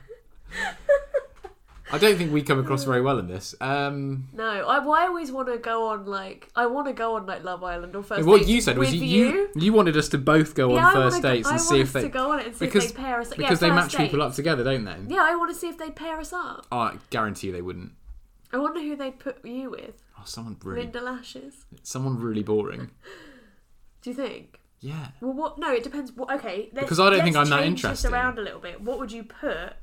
I don't think we come across very well in this. Um, No, I, well, I always want to go on like I want to go on like Love Island or first. what Dates you said was with you, you you wanted us to both go yeah, on I wanna first go- dates I and want see if us they to go on it and see because- if they pair us up. because yeah, they match first people date. up together, don't they? Yeah, I want to see if they pair us up. Oh, I guarantee you they wouldn't. I wonder who they'd put you with. Oh, someone really, Linda Lashes. someone really boring. Do you think? Yeah. Well, what? No, it depends. what- Okay, let's, Because I don't let's think I'm that change interesting. This around a little bit. What would you put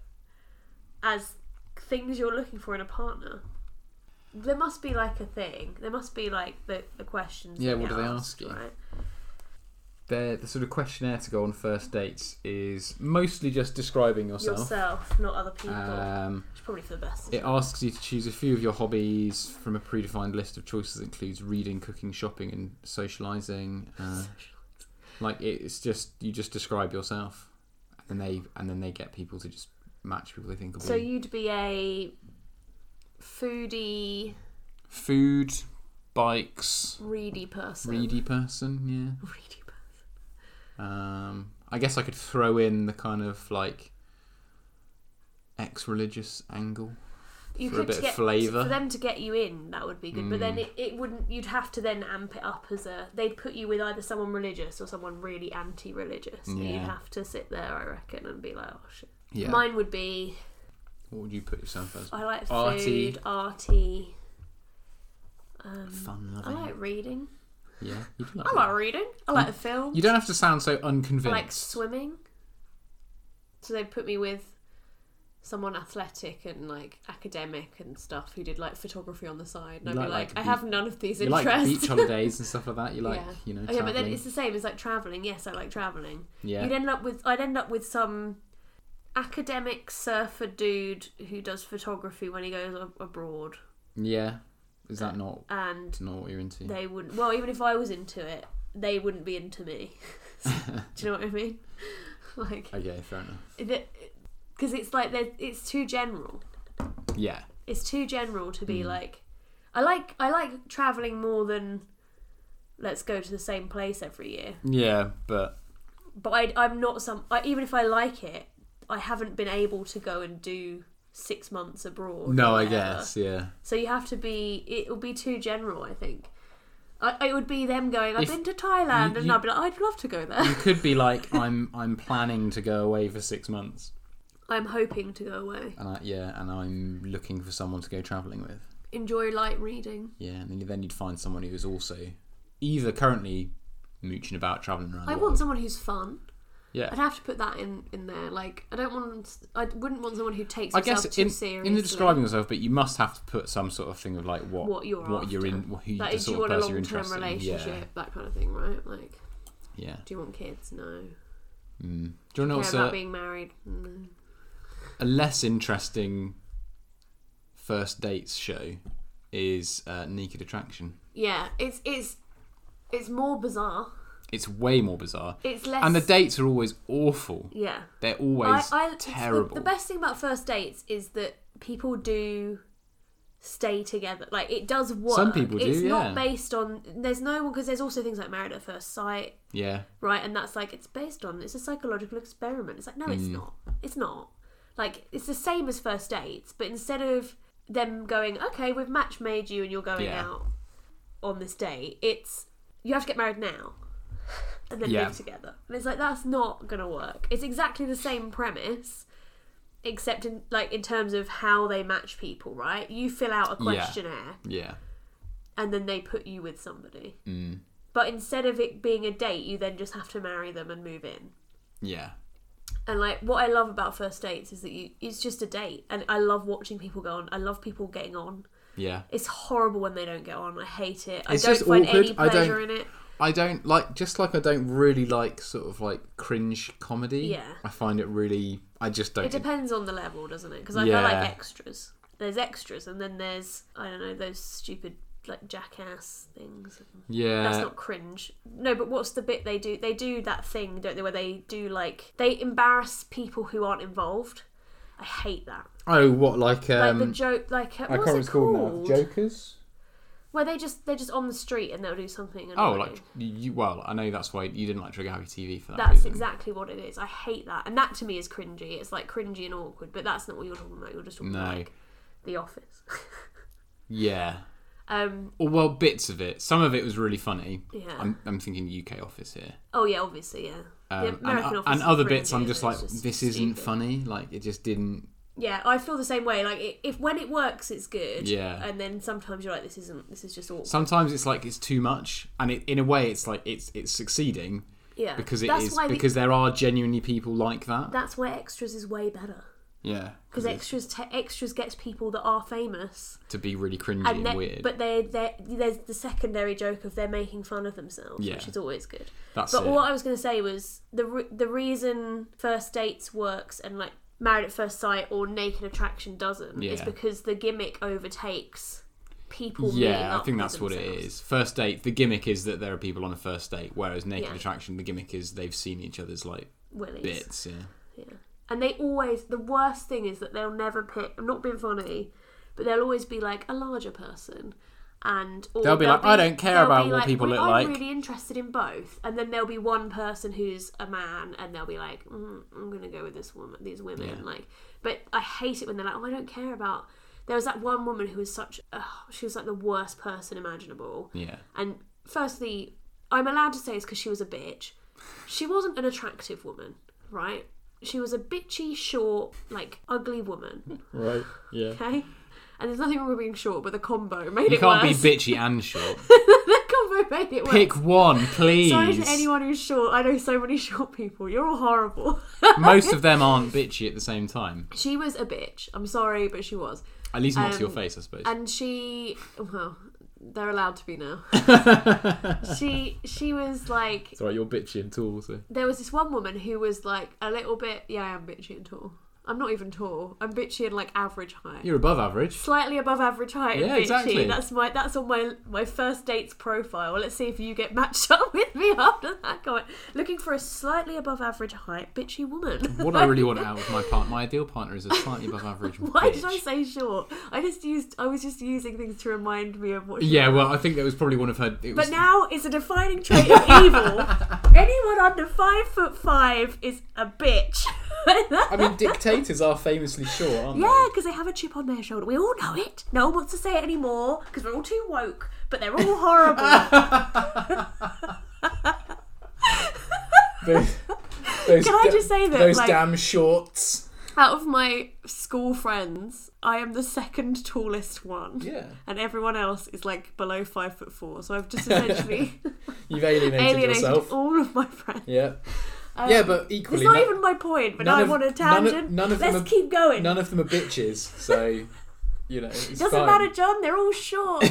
as things you're looking for in a partner? There must be like a thing. There must be like the, the questions. Yeah, that what get do they asked, ask you? Right? The the sort of questionnaire to go on first dates is mostly just describing yourself. Yourself, not other people. Um, It's probably for the best. it asks you to choose a few of your hobbies from a predefined list of choices that includes reading, cooking, shopping, and socializing. Uh, like it's just you just describe yourself, and they and then they get people to just match people they think will so be you'd be a foodie, food, bikes, reedy person. greedy person. Yeah. Reedy person. Um, I guess I could throw in the kind of like ex-religious angle. You For a could bit of get flavour. Mm. for them to get you in. That would be good, but then it, it wouldn't. You'd have to then amp it up as a. They'd put you with either someone religious or someone really anti-religious. and Yeah. You'd have to sit there, I reckon, and be like, "Oh shit." Yeah. Mine would be. what would you put yourself as? I like Arty. food, arty. Um, Fun I loving. like reading. yeah. You do like I that. like reading. I Mm. like the film. You don't have to sound so I unconvinced. like swimming. So they put me with someone athletic and like academic and stuff who did like photography on the side. And You I'd like- be like, like I beach- have none of these you like interests. beach holidays and stuff like that. You like, Yeah. you know, Oh, yeah, but then travelling. it's the same. It's like traveling. Yes, I like traveling. yeah. You'd end up with I'd end up with some academic surfer dude who does photography when he goes ab- abroad, yeah. Is that not and not what you're into? they wouldn't. Well, even if I was into it, they wouldn't be into me. Do you know what I mean? like, Okay, fair enough. because it's like they're- it's too general. Yeah. It's too general to Mm. be like. I like I like traveling more than. Let's go to the same place every year. Yeah, but but I, I'm not some. I, even if I like it, I haven't been able to go and do six months abroad. or no, I whatever. guess, yeah. So you have to be. It would be too general, I think. I, it would be them going. I've If been to Thailand, you- and you- I'd be like, I'd love to go You there. could be like, I'm I'm planning to go away for six months, I'm hoping to go away. and I, yeah, and I'm looking for someone to go travelling with. Enjoy light reading. Yeah, and then you- then you'd find someone who is also either currently mooching about travelling around. I the want world. someone who's fun. I'd Yeah. have to put that in in there. Like, I don't want. I wouldn't want someone who takes I himself guess too in, seriously. in the describing yourself, but you must have to put some sort of thing of like what What you're what you're in, after. who Like, the do sort you want of a person you're long-term interested relationship? in. That kind of thing, right? Like, Yeah, yeah. do you want kids? No. Mm. Do you know care what's about a, being married. Mm. a less interesting first dates show is uh, Naked Attraction. Yeah, it's it's it's more bizarre. It's way more bizarre, It's less. and the dates are always awful. yeah, They're always it's the- terrible. The, best thing about first dates is that people do stay together. Like it does work. Some people do, It's yeah. not based on. There's no one because there's also things like married at first sight, yeah, right? And that's like it's based on. It's a psychological experiment. It's like no, Mm. it's not. It's not. Like it's the same as first dates, but instead of them going, okay, we've match made you and you're going Yeah. out on this date, it's you have to get married now and then Yeah. live together. And it's like that's not gonna work. It's exactly the same premise, except in like in terms of how they match people, right? You fill out a Yeah. questionnaire yeah, and then they put you with somebody. Mm. But instead of it being a date, you then just have to marry them and move in. yeah. And like what I love about first dates is that you it's just a date, and I love watching people go on. I love people getting on. Yeah. It's horrible when they don't get on. I hate it. I It's don't just find any awkward. I pleasure don't- in it. I don't like just like I don't really like sort of like cringe comedy. Yeah. I find it really I just don't It depends on the level, doesn't it? Because I feel Yeah. like extras. There's extras, and then there's I don't know those stupid like jackass things. Yeah. That's not cringe. No, but what's the bit they do? They do that thing, don't they? Where they do like they embarrass people who aren't involved. I hate that. oh what like Like um the joke, like uh, I what can't was it recall called? now. Jokers? Where they just they're just on the street and they'll do something. Oh, annoying. like you well, I know that's why you didn't like Trigger Happy TV for that That's reason. exactly what it is. I hate that, and that to me is cringy. It's like cringy and awkward, but that's not what you're talking about. You're just talking No. about like the office. Yeah. um, Or well, bits of it. Some of it was really funny. Yeah. I'm, I'm thinking UK Office here. oh yeah, obviously, yeah. Um, the American and, office and is other bits, I'm cringy, just and like, it's just this isn't stupid. funny. Like it just didn't. Yeah, I feel the same way. Like i if when it works, it's good. Yeah. And then sometimes you're like, this isn't. This is just awkward. Sometimes it's like it's too much, and it, in a way, it's like it's it's succeeding yeah. because it is that's why the- because there are genuinely people like that. that's why extras is way better yeah, because it's extras te- extras gets people that are famous to be really cringy and, and, they- weird. but they they there's the secondary joke of they're making fun of themselves, Yeah. which is always good. That's but it. what I was going to say was the re- the reason first dates works and like married at first sight or naked attraction doesn't is Yeah. because the gimmick overtakes people. meeting yeah, I up think with that's what it themselves. is. First date, the gimmick is that there are people on a first date, whereas Naked Yeah. Attraction, the gimmick is they've seen each other's like Willies. bits. Yeah, Yeah. And they always the worst thing is that they'll never pick. I'm not being funny, but they'll always be like a larger person, and or They'll be like, "I don't care they'll about be what like, people "Well, look I'm like." really interested in both, and then there'll be one person who's a man, and they'll be like, mm, "I'm gonna go with this woman, these women." Yeah. Like, but I hate it when they're like, "Oh, I don't care about." There was that one woman who was such. Uh, she was like the worst person imaginable. yeah, And firstly, I'm allowed to say this because she was a bitch. She wasn't an attractive woman, right? She was a bitchy, short, like ugly woman. right, yeah. Okay, and there's nothing wrong with being short, but the combo made You it can't worse. be bitchy and short. the combo made it worse. Pick one, please. Sorry to anyone who's short. I know so many short people. You're all horrible. Most of them aren't bitchy at the same time. she was a bitch. I'm sorry, but she was. At least not to your Um, face, I suppose. and she well they're allowed to be now she she was like It's alright, you're bitchy and tall, so. there was this one woman who was like a little bit yeah i am bitchy and tall i'm not even tall i'm bitchy and like average height You're above average. slightly above average height and Yeah, bitchy exactly. that's my that's on my my first dates profile let's see if you get matched up with me after that comment looking for a slightly above average height bitchy woman What I really want out of my partner, my ideal partner is a slightly above average why bitch. did i say short i just used i was just using things to remind me of what she Yeah, well, I think that was probably one of her. It was, But now it's a defining trait of evil. Anyone under five foot five is a bitch. I mean, dictators are famously short, aren't yeah, because they have a chip on their shoulder. We all know it. No one wants to say it anymore because we're all too woke. But they're all horrible. they? Those, those Can I just say that, like- shorts. Out of my school friends, I am the second tallest one. Yeah, And everyone else is like below five foot four. So I've just essentially you've alienated, alienated all of my friends. Yeah, Um, but It's equally, not no- even my point, but none now I'm of- on a none of- tangent. none of them Let's are- keep going. of them are bitches, so you know. It Doesn't matter, John. They're all short.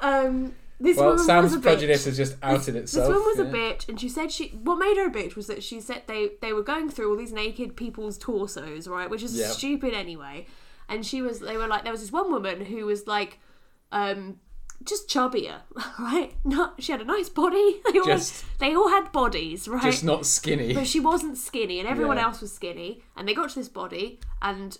um, this woman was a bitch. has just outed This woman was a bitch, and she said she. What made her a bitch was that she said they they were going through all these naked people's torsos, right? Which is Yeah. stupid anyway. And she was. They were like. There was this one woman who was like, um, just chubbier, right? Not. She had a nice body. They all, Just- they all had bodies, right? Just not skinny. but she wasn't skinny and everyone Yeah. else was skinny and they got to this body and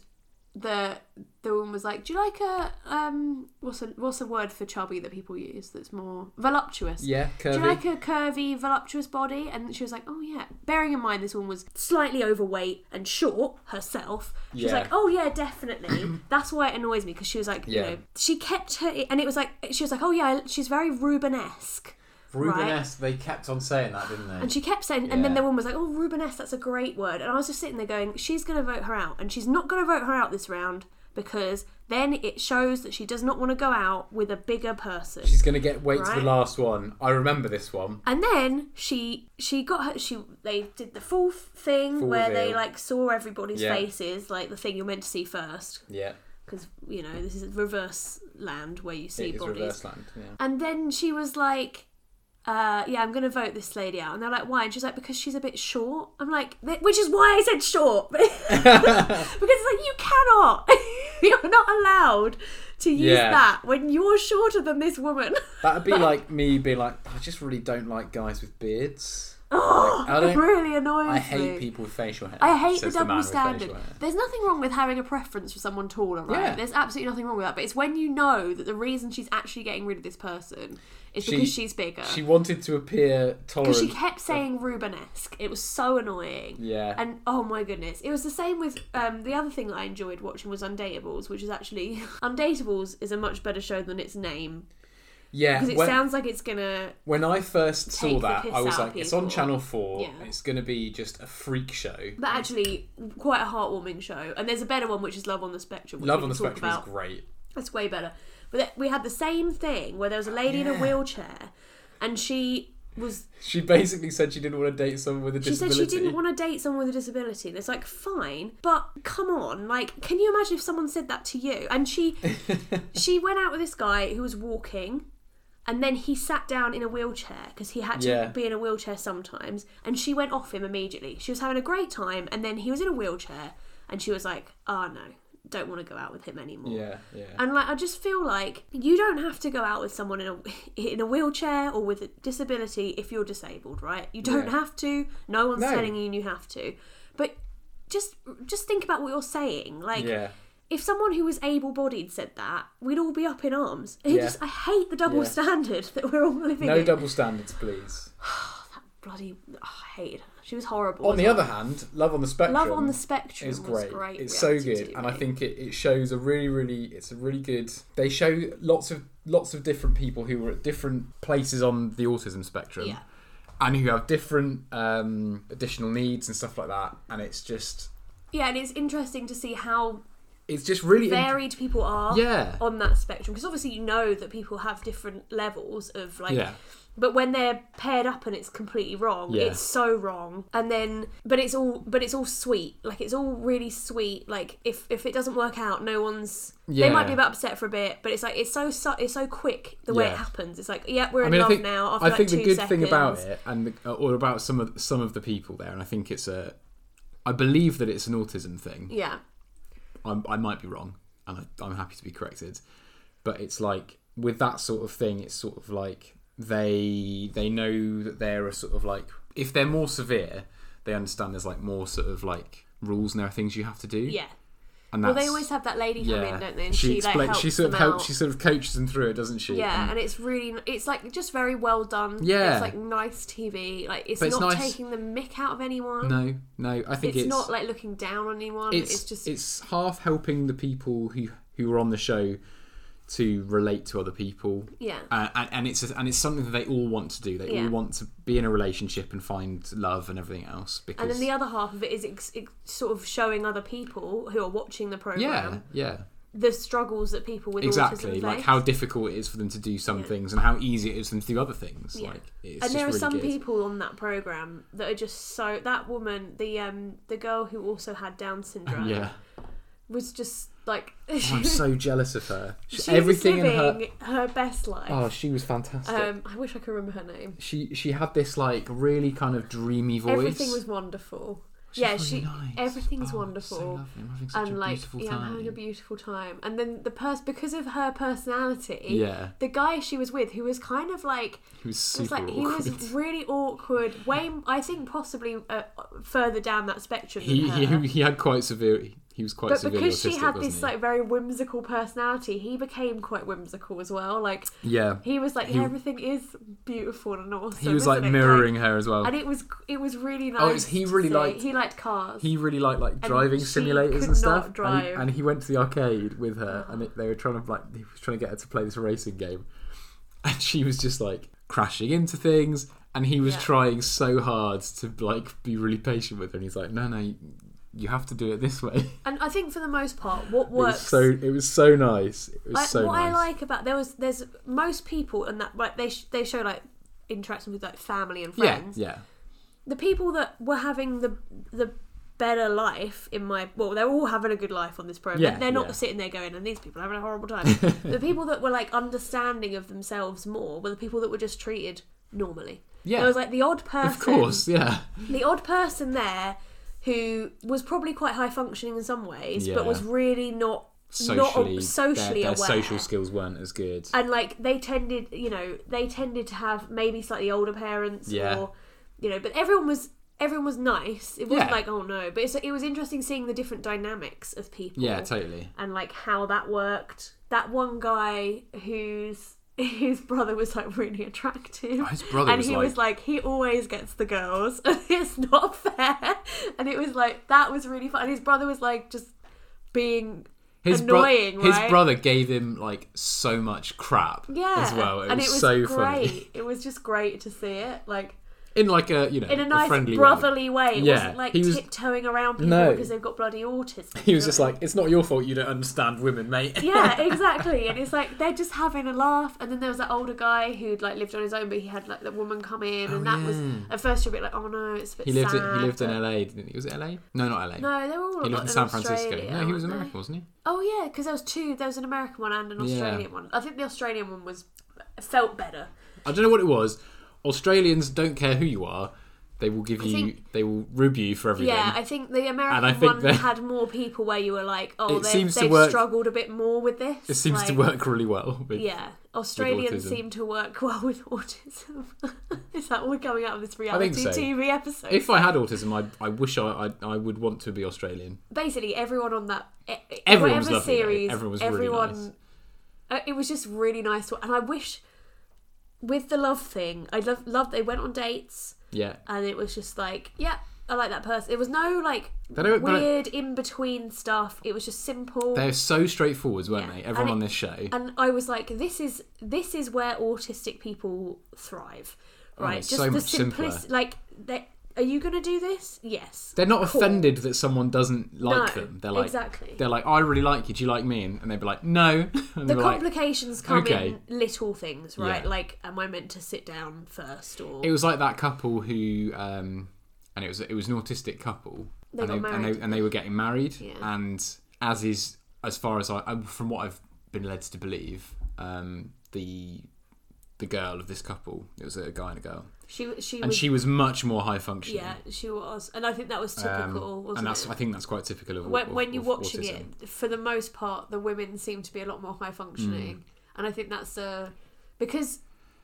the the woman was like do you like a um what's a what's a word for chubby that people use that's more voluptuous yeah, curvy. do you like a curvy, voluptuous body? And she was like, oh yeah. Bearing in mind this woman was slightly overweight and short herself, she was Yeah. like, oh yeah, definitely. That's why it annoys me because she was like, you Yeah. know, she kept her, and it was like, she was like, oh yeah, she's very Rubenesque. Rubenesque, they kept on saying that, didn't they? And she kept saying, and then Yeah. the woman was like, "Oh, Rubenesque, that's a great word." And I was just sitting there going, "She's going to vote her out, and she's not going to vote her out this round because Then it shows that she does not want to go out with a bigger person. She's gonna get wait to Right. the last one. I remember this one. And then she she got her she they did the full f- thing Full where they reveal. like saw everybody's Yeah. faces, like the thing you're meant to see first, Yeah, because you know this is reverse land where you see it is bodies. reverse land. Yeah. And then she was like, uh, "Yeah, I'm gonna vote this lady out." And they're like, "Why?" And she's like, "Because she's a bit short." I'm like, "Th- "Which is why I said short," because it's like you cannot, you're not allowed to use Yeah. that when you're shorter than this woman. That'd be like me being like, "Oh, I just really don't like guys with beards. oh, I it don't- really annoys I me. hate people with facial hair. I hate the says double man with facial standard. hair. There's nothing wrong with having a preference for someone taller, right? Yeah. There's absolutely nothing wrong with that. But it's when you know that the reason she's actually getting rid of this person is She- because she's bigger. She wanted to appear tolerant. Because she kept saying Rubenesque. It was so annoying. Yeah. And oh my goodness. It was the same with um, the other thing that I enjoyed watching was Undateables, which is actually. Undateables is a much better show than its name. yeah, Because it when, sounds like it's gonna. when I first saw Take the that, piss I was out of like, it's on people. Channel 4. Yeah. It's going to be just a freak show. But actually, quite a heartwarming show. And there's a better one, which is Love on the Spectrum. Which Love we on the can talk Spectrum about. is great. That's way better. But th- we had the same thing where there was a lady in a Yeah. wheelchair and she was She basically said she didn't want to date someone with a She said disability. she didn't want to date someone with a disability. And it's like, fine, but come on, like, can you imagine if someone said that to you? And she she went out with this guy who was walking, and then he sat down in a wheelchair because he had to Yeah. be in a wheelchair sometimes. And she went off him immediately. She was having a great time, and then he was in a wheelchair, and she was like, oh no, don't want to go out with him anymore. Yeah, yeah. And like, I just feel like you don't have to go out with someone in a in a wheelchair or with a disability if you're disabled, right? You don't Yeah. have to. No one's No. telling you you have to. But just just think about what you're saying. Like, yeah. if someone who was able-bodied said that, we'd all be up in arms. It Yeah. just, I hate the double Yeah. standard that we're all living No in. double standards, please. Bloody, oh, I hated her. She was horrible. On as the well. other hand, Love on the Spectrum. Love on the Spectrum is was great. great. It's so reality good, and I TV. think it, it shows a really, really. It's a really good. They show lots of lots of different people who were at different places on the autism spectrum, Yeah. and who have different um, additional needs and stuff like that. And it's just, yeah, and it's interesting to see how it's just really, in- varied people are Yeah. on that spectrum because obviously you know that people have different levels of like yeah, but when they're paired up and it's completely wrong Yeah. it's so wrong and then but it's all but it's all sweet like it's all really sweet like if if it doesn't work out no one's they might Yeah. be a bit upset for a bit but it's like it's so, su it's so quick the way Yeah. it happens it's like yeah we're I in mean, I love think, now after I like think two the good seconds thing about it, and the, or about some of some of the people there, and I think it's a, I believe that it's an autism thing. yeah I'm, I might be wrong, and I, I'm happy to be corrected. But it's like with that sort of thing, it's sort of like they they know that they're a sort of like if they're more severe, they understand there's like more sort of like rules and there are things you have to do. yeah and well that's, they always have that lady come in don't they and she she, like explains. helps she sort of them helps. out. She sort of coaches them through it, doesn't she? Yeah, And and it's really it's like just very well done. Yeah. it's like nice TV. Like it's But it's not nice- taking the mick out of anyone. no, no. I think it's, it's, not like looking down on anyone. It's, it's, just it's half helping the people who who are on the show to relate to other people yeah, uh, and, and it's and it's something that they all want to do. They Yeah. all want to be in a relationship and find love and everything else. Because and then the other half of it is ex- ex- sort of showing other people who are watching the program yeah, yeah, the struggles that people with exactly. autism Like face. how difficult it is for them to do some Yeah. things and how easy it is for them to do other things. Yeah. Like it's and just there are really some good. people on that program that are just so that woman the um the girl who also had Down syndrome Yeah, Oh, was just like I'm she, so jealous of her. She- was everything in her. living her... best life. Oh, she was fantastic. um, I wish I could remember her name. she she had this like really kind of dreamy voice. Everything was wonderful. She's yeah, really she. nice. everything's Oh, it's so wonderful. lovely. I'm having such and a like, beautiful yeah, time. I'm having a beautiful time. And then the person, because of her personality, yeah, the guy she was with, who was kind of like, he was it was super like he awkward. was really awkward. Way, I think possibly uh, further down that spectrum. than he, her. he he had quite severe. He was quite but severe. because she autistic, had wasn't this he? like very whimsical personality, he became quite whimsical as well. Like yeah, he was like, He- yeah, everything is beautiful and awesome. he was isn't like it?" mirroring her as well. and it was it was really nice. Oh, it's- he to really see. liked- He liked cars. He really liked like driving she simulators could and stuff. not drive. And, he, and he went to the arcade with her, and it, they were trying to like he was trying to get her to play this racing game, and she was just like crashing into things, and he was Yeah. trying so hard to like be really patient with her, and he's like, no, no. You, you have to do it this way. And I think for the most part, what It was works. so it was so nice. It was I, so what nice. I like about there was there's most people and that like they sh- they show like interaction with like family and yeah, friends. yeah. The people that were having the the better life in my well, they're all having a good life on this program. Yeah, they're not yeah. sitting there going, and these people are having a horrible time. the people that were like understanding of themselves more were the people that were just treated normally. Yeah. There was like the odd person Of course, yeah. the odd person there who was probably quite high functioning in some ways, Yeah. but was really not Socially, not socially their, their aware. social skills weren't as good. and like they tended, you know, they tended to have maybe slightly older parents, Yeah. or you know, but everyone was everyone was nice. It wasn't Yeah. like oh no, but it's, it was interesting seeing the different dynamics of people yeah, totally. and like how that worked. That one guy whose his brother was like really attractive. Oh, His brother and was he like- was like, he always gets the girls, and it's not fair. And it was like that was really fun. And his brother was like just being His bro- annoying, right? His brother gave him like so much crap. yeah, as well. It and was it was so great. funny It was just great to see it, like in like a you know in a nice friendly way. brotherly way. It Yeah, wasn't like he was- tiptoeing around people No. because they've got bloody autism. He was just like, "It's not your fault you don't understand women, mate." yeah, exactly. And it's like they're just having a laugh. And then there was that older guy who'd like lived on his own, but he had like that woman come in, and that was Oh, yeah. at first you're a bit like, oh no, it's a bit He lived. sad. In, he lived in but- LA, didn't he? Was it LA? No, not LA. No, they were all he lived like, in San Francisco. Australia, no, he was weren't they? American, wasn't he? Oh yeah, because there was two. There was an American one and an Yeah. Australian one. I think the Australian one was felt better. I don't know what it was. Australians don't care who you are; they will give you, think- they will rube you for everything. Yeah, I think the American And I think one they- had more people where you were like, oh, It they, seems to they've work- struggled a bit more with this. it seems to Like, work really well. With, Yeah, Australians autism. seem to work well with autism. Is that what we're coming out of this think reality so. TV episode? If I had autism, I, I wish I, I I would want to be Australian. Basically, everyone on that e- e- Everyone was whatever lovely, though. series, Everyone was really everyone, nice. uh, it was just really nice. To, and I wish with the love thing, I love love they went on dates, Yeah, and it was just like, yeah, I like that person. It was no like They don't- they don't- weird in between stuff. It was just simple. they're so straightforward, weren't Yeah. they? Everyone And on it- this show. and I was like, this is this is where autistic people thrive, right? Oh, it's so much simpler. simplic- like, they, are you gonna do this? Yes. they're not cool. offended that someone doesn't like No, them. They're like, exactly. they're like, I really like you. Do you like me? And they'd be like, no. And The they'd be like, complications come okay. in little things, right? Yeah. Like, am I meant to sit down first, or it was like that couple who, um, and it was it was an autistic couple, They got and, they, and married. they and they were getting married, Yeah. and as is as far as I I- from what I've been led to believe, um, the the girl of this couple, it was a guy and a girl, she she and was she was much more high functioning. yeah she was, and I think that was Um, typical. wasn't and that's it? I think that's quite typical of when, of- when you're of watching autism. it, for the most part, the women seem to be a lot more high functioning, Mm. and I think that's a because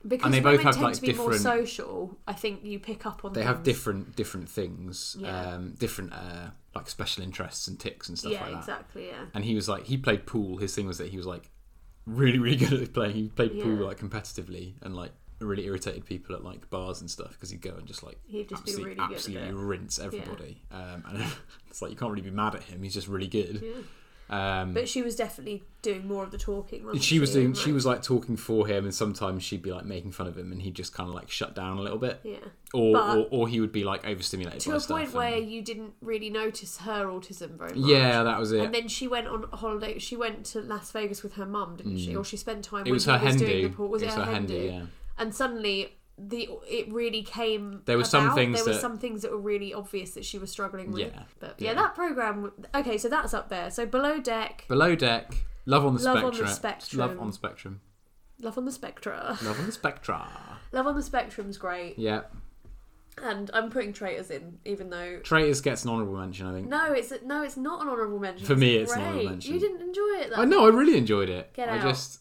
because they both women have, tend like, to be more different- social. I think you pick up on they have things. different different things, Yeah. um, different uh, like special interests and ticks and stuff yeah, like that. Um, exactly. Yeah, And he was like, he played pool. His thing was that he was like really really good at playing. He played pool Yeah. like competitively and like really irritated people at like bars and stuff because he'd go and just like he'd just absolutely, be really good absolutely at it. rinse everybody. Um, and it's like you can't really be mad at him. He's just really good. Yeah. Um, But she was definitely doing more of the talking. wasn't she was doing. And, She was like talking for him, and sometimes she'd be like making fun of him, and he'd just kind of like shut down a little bit, yeah or, But- or or he would be like overstimulated to by a stuff point and- where you didn't really notice her autism very much. Yeah, that was And it. then she went on holiday. She went to Las Vegas with her mum, didn't she? Or she spent time. Mm. It when was he her was doing the Hindu. pool. Was it, her Hindu? yeah. and suddenly the it really came There were about. some things there were that- some things that were really obvious that she was struggling with Yeah. but yeah, Yeah. that program okay so that's up there so below deck Below deck, love on the Love on spectrum. the Spectrum. Love on spectrum. love on the spectra Love on the spectra. love on the spectrum's great Yeah. and i'm putting traitors in even though Traitors gets an honourable mention, I think. no it's no it's not an honorable mention For me, it's an great. honourable mention. you didn't enjoy it that I know, I really enjoyed it. Get I out. just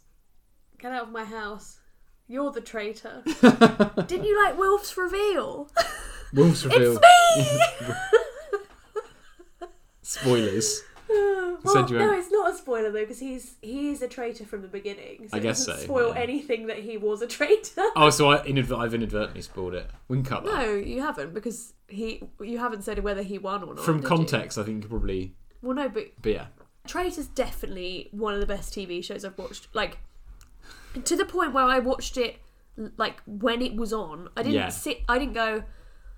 get out of my house you're the traitor didn't you like wilf's reveal Wolves reveal it's me spoilers. well, Said you no, won't- it's not a spoiler though, because he's he is a traitor from the beginning. So I it guess doesn't so, Spoil yeah. anything that he was a traitor. Oh, so I inadver- I've inadvertently spoiled it. We can cut that. No, you haven't, because he you haven't said whether he won or not. From did you? context, I think you could probably. Well, no, but But yeah, Traitor's definitely one of the best TV shows I've watched. Like to the point where I watched it like when it was on. I didn't Yeah. sit. I didn't go.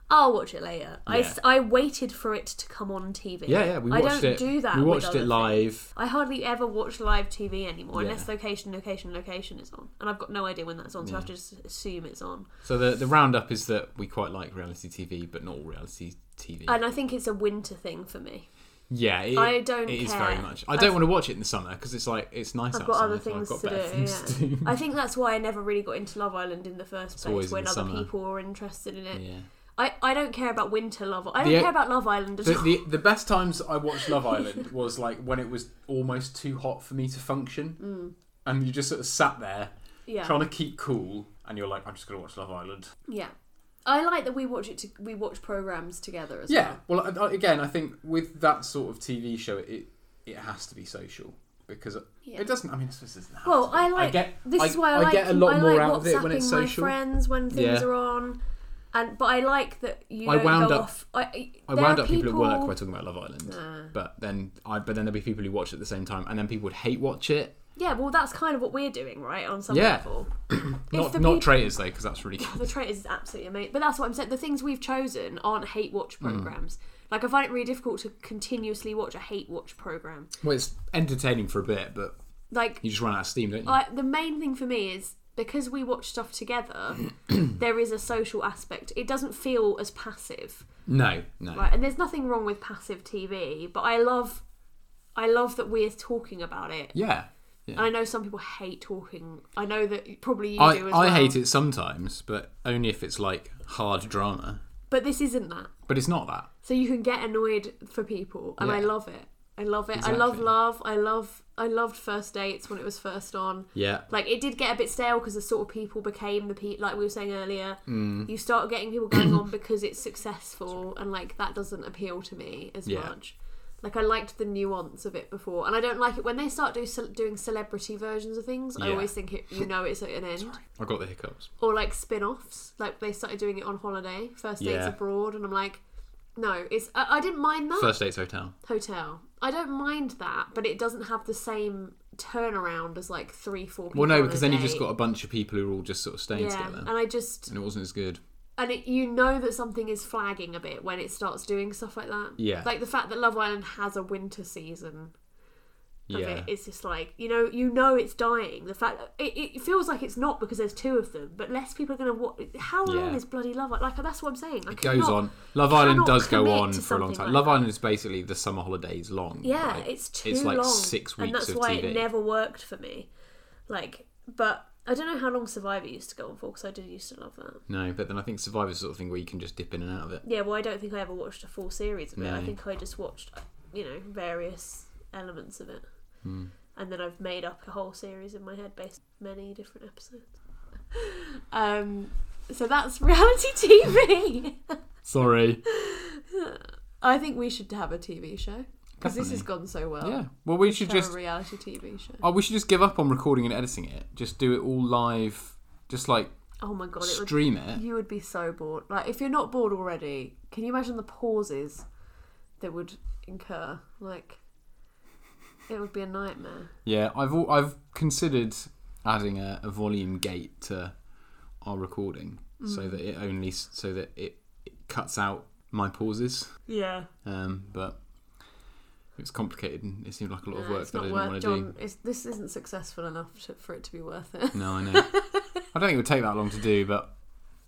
I'll watch it later. I, Yeah. s- I waited for it to come on TV. Yeah, yeah, we I watched don't it. do that. We with watched other it live. I hardly ever watch live TV anymore Yeah. unless location, location, location is on, and I've got no idea when that's on, so I have to just assume it's on. So the the roundup is that we quite like reality TV, but not all reality TV. And I think it's a winter thing for me. yeah, it, I don't It is care. very much. I I've- don't want to watch it in the summer because it's like it's nice I've outside. got other so things, I've got to, better do, things yeah. to do. I think that's why I never really got into Love Island in the first always place in when the other summer. people were interested in it. Yeah. I, I don't care about winter Love. I don't The- care about Love Island at The, all. the the best times I watched Love Island was like when it was almost too hot for me to function, and you just sort of sat there Mm. yeah, trying to keep cool, and you're like, I'm just gonna watch Love Island. yeah. I like that we watch it. To, we watch programs together as Yeah. well. Well, I- I- again, I think with that sort of TV show, it it has to be social because Yeah. it doesn't. I mean, I suppose it doesn't have Well, to be. I like get, this is why I, like get a lot I more like out of it when it's WhatsApping my social. friends when things Yeah. are on, and but I like that you I don't wound go up- off. I, I, I there wound are up people, at work by talking about Love Island, Ah. but then I but then there'll be people who watch it at the same time, and then people would hate watch it. Yeah, well, that's kind of what we're doing, right? On some Yeah. level, Not the not peop- traitors though, because that's really good. the traitors is absolutely amazing. But that's what I'm saying. The things we've chosen aren't hate watch Hmm. programs. Like I find it really difficult to continuously watch a hate watch program. Well, it's entertaining for a bit, but Like you just run out of steam, don't you? I, the main thing for me is because we watch stuff together, there is a social aspect. It doesn't feel as passive. no, no. Right, and there's nothing wrong with passive TV, but I love, I love that we're talking about it. Yeah, yeah. And I know some people hate talking. I know that probably you I, do as I well. hate it sometimes, but only if it's like hard drama. but this isn't that. But it's not that. So you can get annoyed for people, and I Yeah. love it. I love it. I love Exactly. love. I love. I loved first dates when it was first on. Yeah, Like it did get a bit stale because the sort of people became the people. Like we were saying earlier, Mm. you start getting people going on because it's successful, and like that doesn't appeal to me as Yeah. much. Like I liked the nuance of it before, and I don't like it when they start do, ce- doing celebrity versions of things. I Yeah. always think it, you know it's at an end, I got the hiccups. or like spin-offs. Like they started doing it on holiday, first dates Yeah. abroad, and I'm like, no, it's I, I didn't mind that First dates hotel. hotel. I don't mind that, but it doesn't have the same turnaround as like three, four. People Well, no, on a because then you just date. got a bunch of people who are all just sort of staying Yeah, together, and I just and it wasn't as good. and it, you know that something is flagging a bit when it starts doing stuff like that. Yeah. like the fact that Love Island has a winter season of Yeah, it, it's just like you know, you know, it's dying. The fact it, it feels like it's not because there's two of them, but less people are going to watch. How long Yeah. is bloody Love Island? Like that's what I'm saying. I it goes cannot- on. Love Island cannot does go commit on to for a long something time. like Love that. Island is basically the summer holidays long. Yeah, right? it's too It's like long, six weeks and that's of why TV. it never worked for me. Like, but I don't know how long Survivor used to go on for because I did used to love that. No, but then I think Survivor's the sort of thing where you can just dip in and out of it. Yeah, well, I don't think I ever watched a full series of it. I No. think I just watched, you know, various elements of it, and then I've made up a whole series in my head based on many different episodes. um, so that's reality TV. Sorry. I think we should have a TV show because this has Definitely. gone so well. Yeah. Well, we should Have just a reality TV show. oh, we should just give up on recording and editing it. Just do it all live. Just like Oh my god, it would stream it. You would be so bored. Like, if you're not bored already, can you imagine the pauses that would incur? Like, it would be a nightmare. Yeah, I've al- I've considered adding a, a volume gate to our recording Mm. so that it only s- so that it, it cuts out my pauses. Yeah. Um, but it's complicated and it seemed like a lot of work it's that I not didn't worth want to do. John. It's, this isn't successful enough to, for it to be worth it. No, I know. I don't think it would take that long to do, but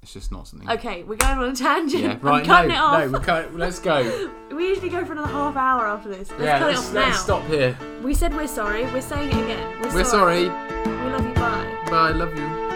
it's just not something. okay, we're going on a tangent. Yeah, I'm right. cutting no, it off. no, we're cut, let's go. We usually go for another half hour after this. Let's yeah, cut let's, it off now. let's stop here. We said we're sorry. We're saying it again. We're, We're sorry. We love you. Bye. Bye. Love you.